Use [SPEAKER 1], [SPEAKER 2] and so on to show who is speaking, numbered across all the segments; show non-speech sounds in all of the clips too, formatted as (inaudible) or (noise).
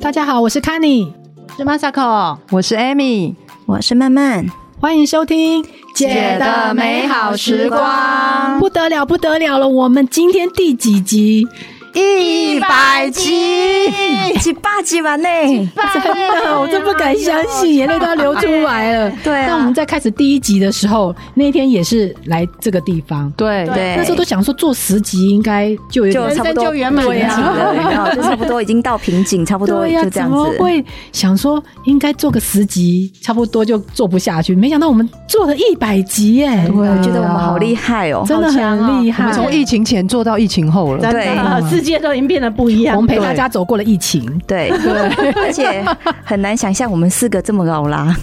[SPEAKER 1] 大家好，我是 Kanny，
[SPEAKER 2] 是 Masako，
[SPEAKER 3] 我是 Amy，
[SPEAKER 4] 我是曼曼，
[SPEAKER 1] 欢迎收听《
[SPEAKER 5] 姐的美好时光》。
[SPEAKER 1] 不得了，不得了了！我们今天第几集？
[SPEAKER 3] 一百集，
[SPEAKER 4] 几八集完呢？
[SPEAKER 1] 真的，我都不敢相信，眼泪都要流出来了。
[SPEAKER 4] 对
[SPEAKER 1] 那我
[SPEAKER 4] 啊
[SPEAKER 1] 们，在开始第一集的时候，那一天也是来这个地方，
[SPEAKER 3] 对
[SPEAKER 4] 对
[SPEAKER 1] 那时候都想说做十集应该就有
[SPEAKER 4] 就
[SPEAKER 1] 点
[SPEAKER 4] 差不
[SPEAKER 2] 人生
[SPEAKER 4] 多
[SPEAKER 2] 就圆满了
[SPEAKER 4] 瓶颈了，有没有？就差不多已经到瓶颈，差不多
[SPEAKER 1] 啊对呀、啊
[SPEAKER 4] 就这
[SPEAKER 1] 怎
[SPEAKER 4] 样
[SPEAKER 1] 么
[SPEAKER 4] 子。
[SPEAKER 1] 会想说应该做个十集，差不多就做不下去？没想到我们做了一百集耶，
[SPEAKER 4] 对，啊我觉得我们好厉害哦。
[SPEAKER 1] 真的很厉
[SPEAKER 3] 我
[SPEAKER 1] 害。
[SPEAKER 3] 们从疫情前做到疫情后了，
[SPEAKER 4] 对
[SPEAKER 2] 啊，世界都已经变得不一样了。
[SPEAKER 1] 我们陪大家走过了疫情， (laughs)
[SPEAKER 4] 对，而且很难想象我们四个这么老啦。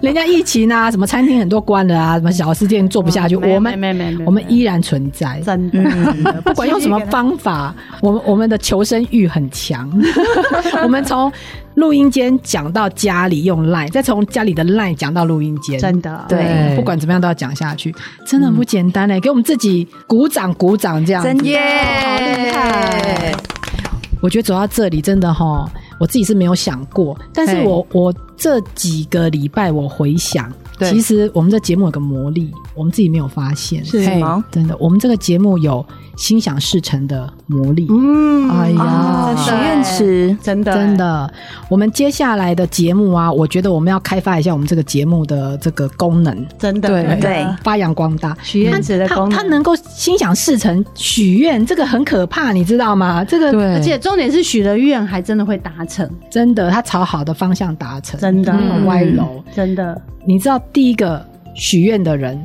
[SPEAKER 1] 人家疫情啊，什么餐厅很多关了啊，什么小吃店做不下去，
[SPEAKER 2] 嗯没有
[SPEAKER 1] 我们
[SPEAKER 2] 没有没有没有没有
[SPEAKER 1] 我们依然存在。
[SPEAKER 2] 真的，
[SPEAKER 4] 嗯，
[SPEAKER 1] 不管用什么方法，我们我们的求生欲很强。 (laughs) 我们从录音间讲到家里用 line，再从家里的 line 讲到录音间，
[SPEAKER 2] 真的
[SPEAKER 4] 对
[SPEAKER 1] 不管怎么样都要讲下去，真的很不简单欸嘞、给我们自己鼓掌鼓掌，这样
[SPEAKER 4] 真
[SPEAKER 1] 子。
[SPEAKER 4] 耶，
[SPEAKER 1] 我觉得走到这里真的哈，我自己是没有想过，但是
[SPEAKER 3] 嘿
[SPEAKER 1] 我我这几个礼拜我回想，
[SPEAKER 3] 对
[SPEAKER 1] 其实我们这节目有个魔力，我们自己没有发现，
[SPEAKER 2] 是
[SPEAKER 4] 什么？
[SPEAKER 1] 真的，我们这个节目有心想事成的魔力。
[SPEAKER 2] 嗯，
[SPEAKER 1] 哎呀
[SPEAKER 4] 哦，许愿池，
[SPEAKER 2] 真的
[SPEAKER 1] 真，的，我们接下来的节目啊，我觉得我们要开发一下我们这个节目的这个功能，
[SPEAKER 2] 真的，
[SPEAKER 3] 对
[SPEAKER 4] 对
[SPEAKER 1] 发扬光大。
[SPEAKER 2] 许愿池的
[SPEAKER 1] 它
[SPEAKER 2] 功能，
[SPEAKER 1] 它能够心想事成、许愿，这个很可怕，你知道吗？这个
[SPEAKER 3] 对，
[SPEAKER 2] 而且重点是许了愿还真的会达成，
[SPEAKER 1] 真的，它朝好的方向达成，
[SPEAKER 2] 真的
[SPEAKER 1] 很歪楼。
[SPEAKER 2] 真的，
[SPEAKER 1] 你知道第一个许愿的人，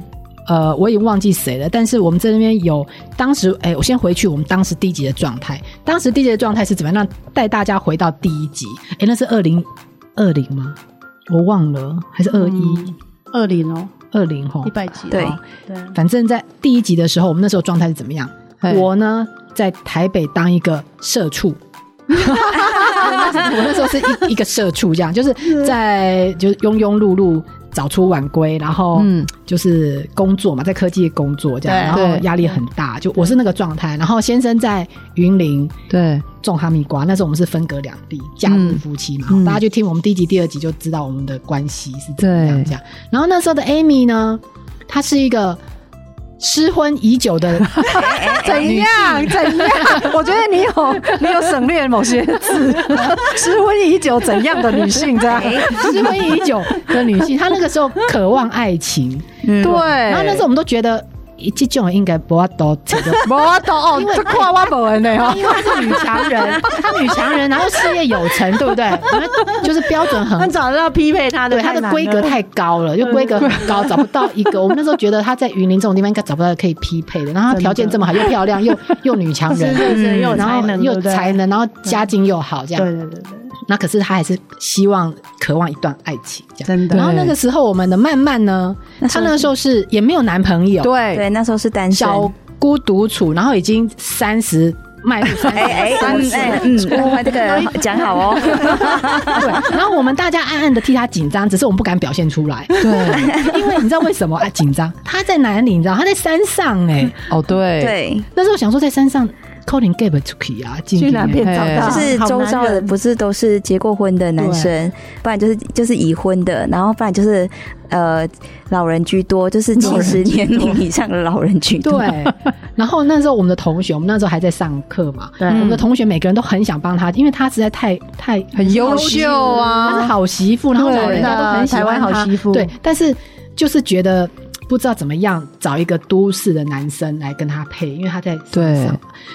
[SPEAKER 1] 呃，我已经忘记谁了，但是我们这边有当时，哎、我先回去我们当时第一集的状态，当时第一集的状态是怎么样？让带大家回到第一集，哎、那是二零二零吗？我忘了，还是二一
[SPEAKER 2] 二零哦，
[SPEAKER 1] 二零吼
[SPEAKER 2] 一？百集哦，
[SPEAKER 4] 对
[SPEAKER 2] 嗯对，
[SPEAKER 1] 反正在第一集的时候，我们那时候状态是怎么样？
[SPEAKER 3] 嘿
[SPEAKER 1] 我呢，在台北当一个社畜。 (laughs) 我那时候是一一个社畜，这样就是在就是庸庸碌碌、早出晚归，然后
[SPEAKER 3] 嗯
[SPEAKER 1] 就是工作嘛，在科技业工作这样，
[SPEAKER 2] 对
[SPEAKER 1] 然后
[SPEAKER 3] 对
[SPEAKER 1] 压力很大，就我是那个状态。然后先生在云林
[SPEAKER 3] 对
[SPEAKER 1] 种哈密瓜，那时候我们是分隔两地，假日夫妻嘛，
[SPEAKER 3] 嗯
[SPEAKER 1] 大家去听我们第一集、第二集就知道我们的关系是怎么样
[SPEAKER 3] 对
[SPEAKER 1] 这样。然后那时候的 Amy 呢，她是一个失婚已久的
[SPEAKER 3] 怎样怎样？我觉得你有你有省略某些
[SPEAKER 4] (laughs)
[SPEAKER 3] 字，失婚已久怎样的女性这样？
[SPEAKER 4] 哎
[SPEAKER 1] 失婚已久的女性，她那个时候渴望爱情，
[SPEAKER 4] 嗯
[SPEAKER 3] 对，，
[SPEAKER 1] 然
[SPEAKER 3] 然
[SPEAKER 1] 后那时候我们都觉得。诶这种人应该不要多扯的，
[SPEAKER 3] 我懂哦，这跨挖某
[SPEAKER 4] (laughs)
[SPEAKER 3] 人的哦，
[SPEAKER 1] (laughs) 因为她是女强人，她女强人，然后事业有成，对不对？就是标准很
[SPEAKER 2] 他找得到匹配他的，
[SPEAKER 1] (laughs) 对，它
[SPEAKER 2] 太
[SPEAKER 1] 的
[SPEAKER 2] 难
[SPEAKER 1] 规格
[SPEAKER 2] 了
[SPEAKER 1] 太高了，就规格很高，找不到一个。我们那时候觉得他在云林这种地方应该找不到可以匹配的，然后他条件这么好，又漂 (laughs) 亮，又又女强
[SPEAKER 2] 是
[SPEAKER 1] 人。
[SPEAKER 2] 是是，
[SPEAKER 4] 嗯
[SPEAKER 2] 又有
[SPEAKER 1] 然
[SPEAKER 2] 才
[SPEAKER 1] 后
[SPEAKER 2] 能，对
[SPEAKER 1] 又
[SPEAKER 2] 不对
[SPEAKER 1] 才，能，然后家境又好，这
[SPEAKER 2] 对
[SPEAKER 1] 样。
[SPEAKER 2] 对对对，
[SPEAKER 1] 那可是他还是希望、渴望一段爱情，这样。
[SPEAKER 2] 真的
[SPEAKER 1] 然后那个时候，我们的曼曼呢，她那时候是也没有男朋友，，
[SPEAKER 3] 对
[SPEAKER 4] 对，那时候是单身，
[SPEAKER 1] 小孤独处，然后已经三十迈入三
[SPEAKER 4] 哎哎，
[SPEAKER 1] 三
[SPEAKER 4] 嗯
[SPEAKER 1] 十
[SPEAKER 4] 哎嗯，嗯这个讲好哦，
[SPEAKER 1] 对，然后我们大家暗暗的替他紧张，只是我们不敢表现出来，
[SPEAKER 3] 对，
[SPEAKER 1] 因为你知道为什么啊？紧张？他在哪里？你知道？他在山上哎、
[SPEAKER 3] 哦 (laughs) 对，
[SPEAKER 4] 对，
[SPEAKER 1] 那时候想说在山上 calling gap 出去啊，进
[SPEAKER 2] 去哪边
[SPEAKER 1] 边
[SPEAKER 2] 找
[SPEAKER 3] 啊
[SPEAKER 2] 到？
[SPEAKER 4] 就是周遭的不是都是结过婚的男生，不然就是就是已婚的，然后不然就是呃老人居多，就是七十年龄以上的老人
[SPEAKER 1] (laughs)
[SPEAKER 4] 居多。
[SPEAKER 1] 对，然后那时候我们的同学，我们那时候还在上课嘛，
[SPEAKER 2] 对
[SPEAKER 1] 我们的同学每个人都很想帮他，因为他实在太太
[SPEAKER 3] 很优秀
[SPEAKER 1] 她是
[SPEAKER 3] 啊，
[SPEAKER 1] 好媳妇，然后
[SPEAKER 3] 对
[SPEAKER 1] 老人家都很喜欢
[SPEAKER 2] 台湾
[SPEAKER 1] 她
[SPEAKER 2] 好媳妇
[SPEAKER 1] 对，但是就是觉得不知道怎么样找一个都市的男生来跟她配，因为她在山上
[SPEAKER 3] 对。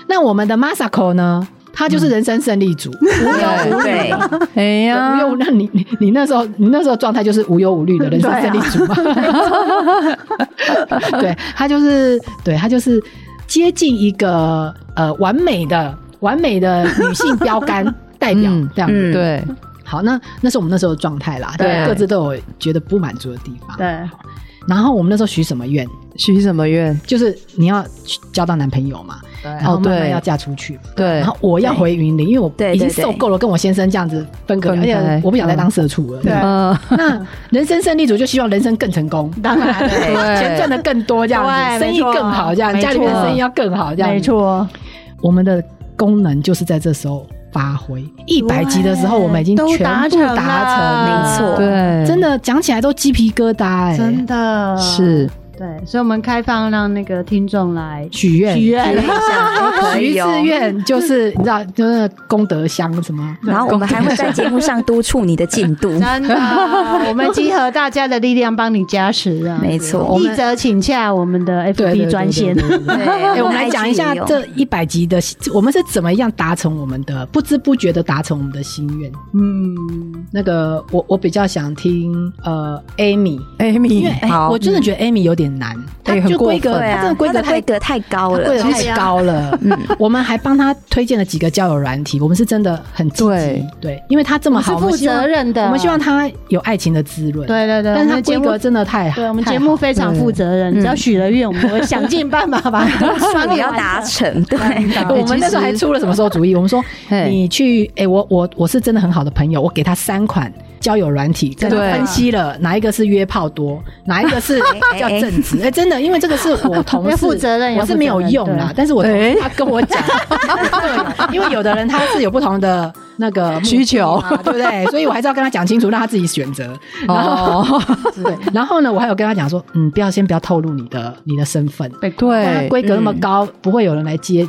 [SPEAKER 1] 那我们的 Masako 呢？他就是人生胜利 (laughs) 组，
[SPEAKER 3] 对
[SPEAKER 4] 对，
[SPEAKER 3] 哎呀
[SPEAKER 1] 无，忧无啊 (laughs) 那你你你那时候你那时候状态就是无忧无虑
[SPEAKER 3] (laughs)
[SPEAKER 1] 的人生
[SPEAKER 3] 啊
[SPEAKER 1] 胜利组嘛。对他就是对他就是接近一个呃完美的完美的女性标杆代表
[SPEAKER 3] (laughs) 嗯
[SPEAKER 1] 这样子。
[SPEAKER 4] 嗯
[SPEAKER 3] 对
[SPEAKER 1] 好，那那是我们那时候的状态啦，大家
[SPEAKER 3] 对
[SPEAKER 1] 各自都有觉得不满足的地方。
[SPEAKER 2] 对，
[SPEAKER 1] 然后我们那时候许什么愿，
[SPEAKER 3] 许什么愿？
[SPEAKER 1] 就是你要交到男朋友嘛，然后
[SPEAKER 3] 哦
[SPEAKER 1] 慢慢
[SPEAKER 3] 对
[SPEAKER 1] 要嫁出去。
[SPEAKER 3] 对
[SPEAKER 1] 然后我要回云林，因为我
[SPEAKER 4] 对
[SPEAKER 1] 已经
[SPEAKER 4] 对对
[SPEAKER 1] 受够了跟我先生这样子分隔，
[SPEAKER 3] 分
[SPEAKER 1] 而且
[SPEAKER 3] 开
[SPEAKER 1] 我不想再当社畜了。
[SPEAKER 2] 对
[SPEAKER 3] 嗯，
[SPEAKER 1] 那人生胜利组就希望人生更成功，
[SPEAKER 2] 当然
[SPEAKER 4] 对
[SPEAKER 1] 钱赚的更多，这样子，
[SPEAKER 2] 对
[SPEAKER 1] 生意
[SPEAKER 2] 没错
[SPEAKER 1] 更好，这样
[SPEAKER 2] 没错
[SPEAKER 1] 家里面的生意要更好，这样。
[SPEAKER 2] 没，错，
[SPEAKER 1] 我们的功能就是在这时候发挥。一百集的时候，我们已经
[SPEAKER 2] 都
[SPEAKER 1] 全
[SPEAKER 2] 达
[SPEAKER 1] 部
[SPEAKER 2] 成了
[SPEAKER 1] 达
[SPEAKER 4] 没
[SPEAKER 1] 成，
[SPEAKER 4] 错
[SPEAKER 3] 对，
[SPEAKER 1] 真的讲起来都鸡皮疙瘩哎、
[SPEAKER 2] 真的
[SPEAKER 3] 是
[SPEAKER 2] 对，所以我们开放让那个听众来
[SPEAKER 1] 许愿
[SPEAKER 2] 许愿。
[SPEAKER 3] 哎
[SPEAKER 4] 许愿一下都可
[SPEAKER 1] 许一
[SPEAKER 4] 以哦
[SPEAKER 1] 次。愿就是你知道，就是那个功德箱什么。
[SPEAKER 4] (laughs) 然后我们还会在节目上督促你的进度
[SPEAKER 2] (laughs) 真的，我们集合大家的力量帮你加持啊！
[SPEAKER 4] 没错
[SPEAKER 1] 我们
[SPEAKER 2] 记者请洽我们的
[SPEAKER 1] 对对
[SPEAKER 2] FB 专线。
[SPEAKER 1] 对对对对对
[SPEAKER 4] 对
[SPEAKER 1] 哎、
[SPEAKER 4] (laughs)
[SPEAKER 1] 我们来讲一下
[SPEAKER 4] IG 也有
[SPEAKER 1] 这一百集的，我们是怎么样达成我们的，不知不觉的达成我们的心愿。
[SPEAKER 2] 嗯，
[SPEAKER 1] 那个，我我比较想听呃，Amy，因为
[SPEAKER 3] Amy，
[SPEAKER 1] 哎、
[SPEAKER 4] 好
[SPEAKER 1] 我真的觉得 Amy 有点难，她
[SPEAKER 3] 对很
[SPEAKER 1] 就
[SPEAKER 3] 过
[SPEAKER 1] 规格，
[SPEAKER 4] 对
[SPEAKER 1] 她真
[SPEAKER 4] 啊
[SPEAKER 1] 的，规
[SPEAKER 4] 它
[SPEAKER 1] 格
[SPEAKER 4] 的
[SPEAKER 1] 太
[SPEAKER 4] 规格太高
[SPEAKER 1] 贵
[SPEAKER 4] 了啊
[SPEAKER 1] 的，太高了。我们还帮他推荐了几个交友软体，我们是真的很积极，
[SPEAKER 3] 对
[SPEAKER 1] 对，因为他这么好，
[SPEAKER 2] 是
[SPEAKER 1] 我
[SPEAKER 2] 负
[SPEAKER 1] 们希望
[SPEAKER 2] 责任的，
[SPEAKER 1] 我们希望他有爱情的滋润，，
[SPEAKER 2] 对对对，
[SPEAKER 1] 但是
[SPEAKER 2] 我
[SPEAKER 1] 他
[SPEAKER 2] 们节
[SPEAKER 1] 规
[SPEAKER 2] 目
[SPEAKER 1] 格真的太好，
[SPEAKER 2] 对我们
[SPEAKER 1] 太
[SPEAKER 2] 节
[SPEAKER 1] 好
[SPEAKER 2] 目
[SPEAKER 1] 了
[SPEAKER 2] 非常负责任，只要许了愿，我们会想尽办法把它
[SPEAKER 4] 说
[SPEAKER 2] 帮
[SPEAKER 4] 你
[SPEAKER 2] 你
[SPEAKER 4] 要达成，对，
[SPEAKER 1] 我们那时候还出了什么馊主意？我们说
[SPEAKER 3] 嘿
[SPEAKER 1] 你去，哎、我我我是真的很好的朋友，我给他三款交友软体，跟他
[SPEAKER 3] 对
[SPEAKER 1] 分析了哪一个是约炮多，哪一个是比较正直。哎、真的，因为这个是我同事
[SPEAKER 2] 要负责任
[SPEAKER 1] 我是没有用
[SPEAKER 2] 要负责
[SPEAKER 1] 啦
[SPEAKER 2] 任。
[SPEAKER 1] 但是我同事
[SPEAKER 3] 哎
[SPEAKER 1] 他跟我讲，对，因为有的人他是有不同的那个目的
[SPEAKER 3] 需求
[SPEAKER 1] 嘛对不对？所以我还是要跟他讲清楚，让他自己选择。然后、
[SPEAKER 3] 哦
[SPEAKER 1] (laughs) 对，然后呢，我还有跟他讲说，嗯，不要先不要透露你的你的身份，但它
[SPEAKER 3] 对，
[SPEAKER 1] 规格那么高，不会有人来接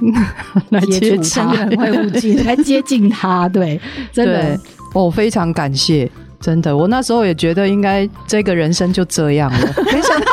[SPEAKER 3] 来
[SPEAKER 1] 接
[SPEAKER 3] 接
[SPEAKER 1] 触
[SPEAKER 3] 近
[SPEAKER 1] 他， (laughs) 会误进来接近他，对，真
[SPEAKER 3] 对
[SPEAKER 1] 的，
[SPEAKER 3] 哦，非常感谢。真的，我那时候也觉得应该这个人生就这样了，没想 (laughs) 到，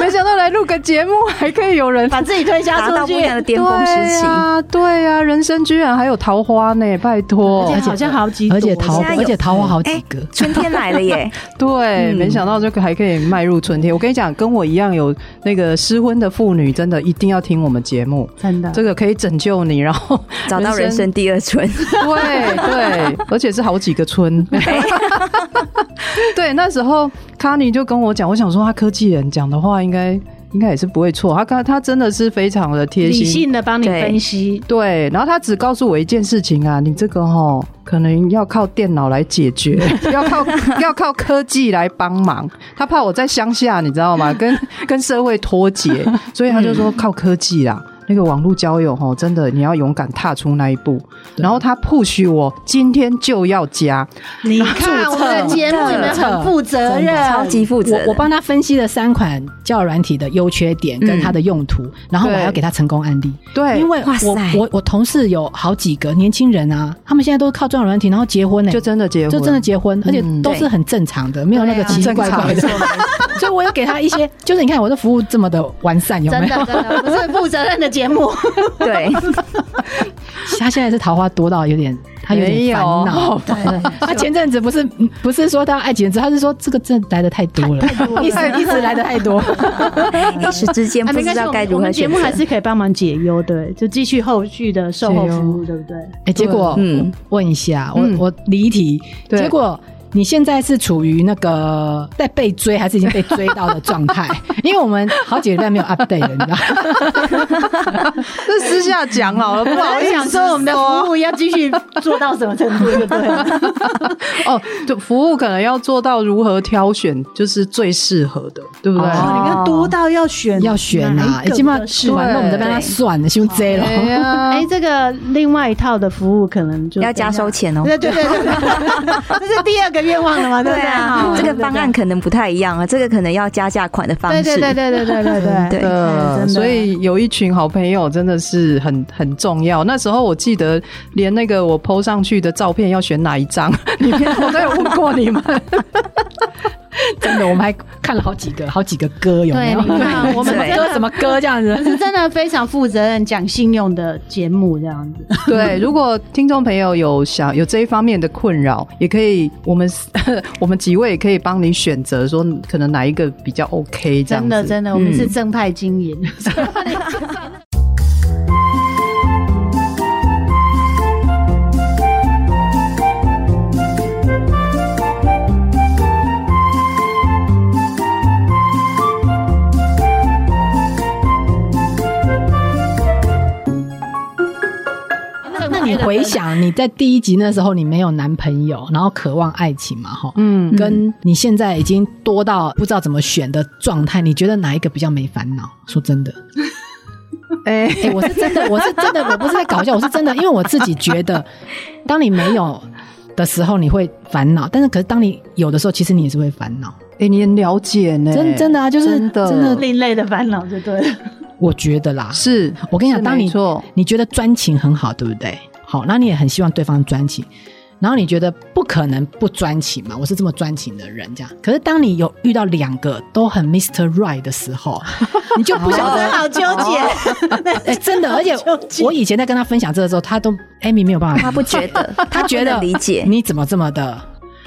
[SPEAKER 3] 没想到来录个节目还可以有人
[SPEAKER 2] 把自己推
[SPEAKER 4] 达
[SPEAKER 2] 销
[SPEAKER 4] 到不
[SPEAKER 2] 出去
[SPEAKER 4] 一。样的巅峰时
[SPEAKER 3] 对
[SPEAKER 4] 期。
[SPEAKER 3] 啊，对啊，人生居然还有桃花呢，拜托，
[SPEAKER 2] 而且好像好哦几朵，
[SPEAKER 1] 而且桃
[SPEAKER 4] 现在有
[SPEAKER 1] 而且桃花好几
[SPEAKER 4] 哎
[SPEAKER 1] 个，
[SPEAKER 4] (laughs) 春天来了耶！嗯
[SPEAKER 3] 对，没想到这个还可以迈入春天。我跟你讲，跟我一样有那个失婚的妇女，真的一定要听我们节目，
[SPEAKER 2] 真的
[SPEAKER 3] 这个可以拯救你，然后
[SPEAKER 4] 啊找到人生第二春，
[SPEAKER 3] 对对，而且是好几
[SPEAKER 2] (laughs)
[SPEAKER 3] 个村。
[SPEAKER 4] (laughs)
[SPEAKER 3] 对，那时候卡尼就跟我讲，我想说他科技人讲的话应该应该也是不会错，他刚他真的是非常的贴
[SPEAKER 2] 理
[SPEAKER 3] 心，
[SPEAKER 2] 性的帮你分析，
[SPEAKER 3] 对，然后他只告诉我一件事情啊，你这个哦，可能要靠电脑来解决， (laughs) 要靠要靠科技来帮忙。他怕我在乡下，你知道吗？跟跟社会脱节，所以他就说
[SPEAKER 2] 嗯
[SPEAKER 3] 靠科技啦。那个网络交友哦，真的你要勇敢踏出那一步。然后他 push 我今天就要加，
[SPEAKER 2] 你看我们的节目里面很负责任，
[SPEAKER 4] 超级负责
[SPEAKER 1] 我
[SPEAKER 4] 的。
[SPEAKER 1] 我帮他分析了三款教友软体的优缺点跟它的用途，然后我
[SPEAKER 3] 对
[SPEAKER 1] 还要给他成功案例。
[SPEAKER 3] 对
[SPEAKER 1] 因为
[SPEAKER 4] 哇
[SPEAKER 1] 我
[SPEAKER 4] 塞
[SPEAKER 1] 我我同事有好几个年轻人啊，他们现在都是靠交友软体，然后结婚呢、
[SPEAKER 3] 就真的结婚，
[SPEAKER 1] 就真的
[SPEAKER 3] (laughs)
[SPEAKER 1] 结婚，而且都是
[SPEAKER 4] 对
[SPEAKER 1] 很正常的，没有那个
[SPEAKER 2] 对啊
[SPEAKER 1] 奇奇怪怪
[SPEAKER 3] 很
[SPEAKER 1] 的
[SPEAKER 3] 正。
[SPEAKER 1] (laughs) 所以我有给他一些，就是你看我的服务这么的完善，有没
[SPEAKER 2] 真
[SPEAKER 1] 有？
[SPEAKER 2] 的真的，我们是负责任的节目，
[SPEAKER 4] 对，
[SPEAKER 1] 他现在是桃花多到有点，他有
[SPEAKER 3] 没
[SPEAKER 1] 点
[SPEAKER 3] 有
[SPEAKER 1] 烦恼。 (laughs) 他前阵子不是嗯不是说他要爱情人，他是说这个真的来的太多了， (laughs) 一
[SPEAKER 2] (laughs)
[SPEAKER 1] 直一直来的太多。
[SPEAKER 4] 一时之间
[SPEAKER 2] 啊
[SPEAKER 4] 不
[SPEAKER 2] 没
[SPEAKER 4] 知
[SPEAKER 2] 关系，
[SPEAKER 4] 道
[SPEAKER 2] 我
[SPEAKER 4] 该
[SPEAKER 2] 们
[SPEAKER 4] 如
[SPEAKER 2] 我
[SPEAKER 4] 何
[SPEAKER 2] 们节
[SPEAKER 4] 选
[SPEAKER 2] 目
[SPEAKER 4] 择。
[SPEAKER 2] 还是可以帮忙解忧，对，就继续后续的售后服务，对不对？
[SPEAKER 1] 哎，结果
[SPEAKER 4] 嗯，
[SPEAKER 1] 问一下，我
[SPEAKER 3] 嗯
[SPEAKER 1] 我离题，
[SPEAKER 3] 对
[SPEAKER 1] 结果。你现在是处于那个在被追，还是已经被追到的状态？因为我们好几个礼拜没有 update 了，你知道？
[SPEAKER 3] 这私下讲好了，不好
[SPEAKER 2] 我
[SPEAKER 3] 意思
[SPEAKER 2] 想说我们的
[SPEAKER 3] (laughs)
[SPEAKER 2] 服务要继续做到什么程度，对
[SPEAKER 1] (laughs)
[SPEAKER 2] 不对了？
[SPEAKER 3] 哦，就服务可能要做到如何挑选，就是最适合的，对不对？
[SPEAKER 1] 哦
[SPEAKER 2] 你看多到要选
[SPEAKER 1] 要选啊，已
[SPEAKER 2] 已经
[SPEAKER 1] 经把完
[SPEAKER 2] 完
[SPEAKER 1] 了，我们在帮他算了，胸 Z 了。
[SPEAKER 3] 哎呀
[SPEAKER 2] 哎，这个另外一套的服务可能就
[SPEAKER 4] 要加收。钱哦。
[SPEAKER 2] 对啊对对对
[SPEAKER 1] (laughs)
[SPEAKER 2] 对，这是第二个愿望了嘛？对
[SPEAKER 4] 对
[SPEAKER 2] 不对？
[SPEAKER 4] 啊
[SPEAKER 2] 哈，
[SPEAKER 4] 这个方案。可能不太一样啊，这个可能要加价款的方
[SPEAKER 2] 对
[SPEAKER 4] 式。
[SPEAKER 2] 对对对对对对对
[SPEAKER 4] 对
[SPEAKER 2] 哎真的
[SPEAKER 3] 所以有一群好朋友真的是很很重要。那时候我记得，连那个我 PO 上去的照片要选哪一 (laughs) 张，里面我都有问过你们。
[SPEAKER 1] (laughs) 真的，我们还看了好几个，好几个歌，有没
[SPEAKER 2] 对，
[SPEAKER 1] 有？
[SPEAKER 2] 你看我们
[SPEAKER 4] 对
[SPEAKER 2] 真
[SPEAKER 1] 歌 (laughs)
[SPEAKER 2] 的
[SPEAKER 1] 什么歌这样子？ (laughs)
[SPEAKER 2] 是真的非常负责任、讲信用的节目这样子。
[SPEAKER 3] (laughs) 对，如果听众朋友有想有这一方面的困扰，也可以，我们 (laughs) 我们几位也可以帮你选择，说可能哪一个比较 OK 这
[SPEAKER 2] 真
[SPEAKER 3] 样子。
[SPEAKER 2] 的真的，我
[SPEAKER 1] 嗯
[SPEAKER 2] 们是正派经营。
[SPEAKER 1] 那你回想你在第一集那时候，你没有男朋友，然后渴望爱情嘛，哈，
[SPEAKER 3] 嗯，
[SPEAKER 1] 跟你现在已经多到不知道怎么选的状态，你觉得哪一个比较没烦恼？说真的，
[SPEAKER 3] 哎、
[SPEAKER 1] 哎、我是真的，我是真的，我不是在搞笑，我是真的，因为我自己觉得，当你没有的时候，你会烦恼；，但是可是当你有的时候，其实你也是会烦恼。
[SPEAKER 3] 哎，你很了解呢，
[SPEAKER 1] 真真的啊，就是
[SPEAKER 3] 真的
[SPEAKER 2] 另类的烦恼就对了。
[SPEAKER 1] 我觉得啦，
[SPEAKER 3] 是
[SPEAKER 1] 我跟你讲，
[SPEAKER 3] 是
[SPEAKER 1] 当
[SPEAKER 3] 没
[SPEAKER 1] 你
[SPEAKER 3] 错
[SPEAKER 1] 你觉得专情很好，对不对？好，那你也很希望对方专情，然后你觉得不可能不专情嘛？我是这么专情的人，这样。可是当你有遇到两个都很 Mr. Right 的时候，你就不
[SPEAKER 2] 小
[SPEAKER 1] 晓得
[SPEAKER 2] 生好纠结，
[SPEAKER 1] (laughs) 哎、真的，而且
[SPEAKER 2] 好纠结
[SPEAKER 1] 我以前在跟他分享这个时候，他都 Amy 没有办法，
[SPEAKER 4] 他不觉得，
[SPEAKER 1] 他觉
[SPEAKER 4] 不
[SPEAKER 1] 得
[SPEAKER 4] 能理
[SPEAKER 1] (laughs)
[SPEAKER 4] 解。
[SPEAKER 1] 你怎么这么的，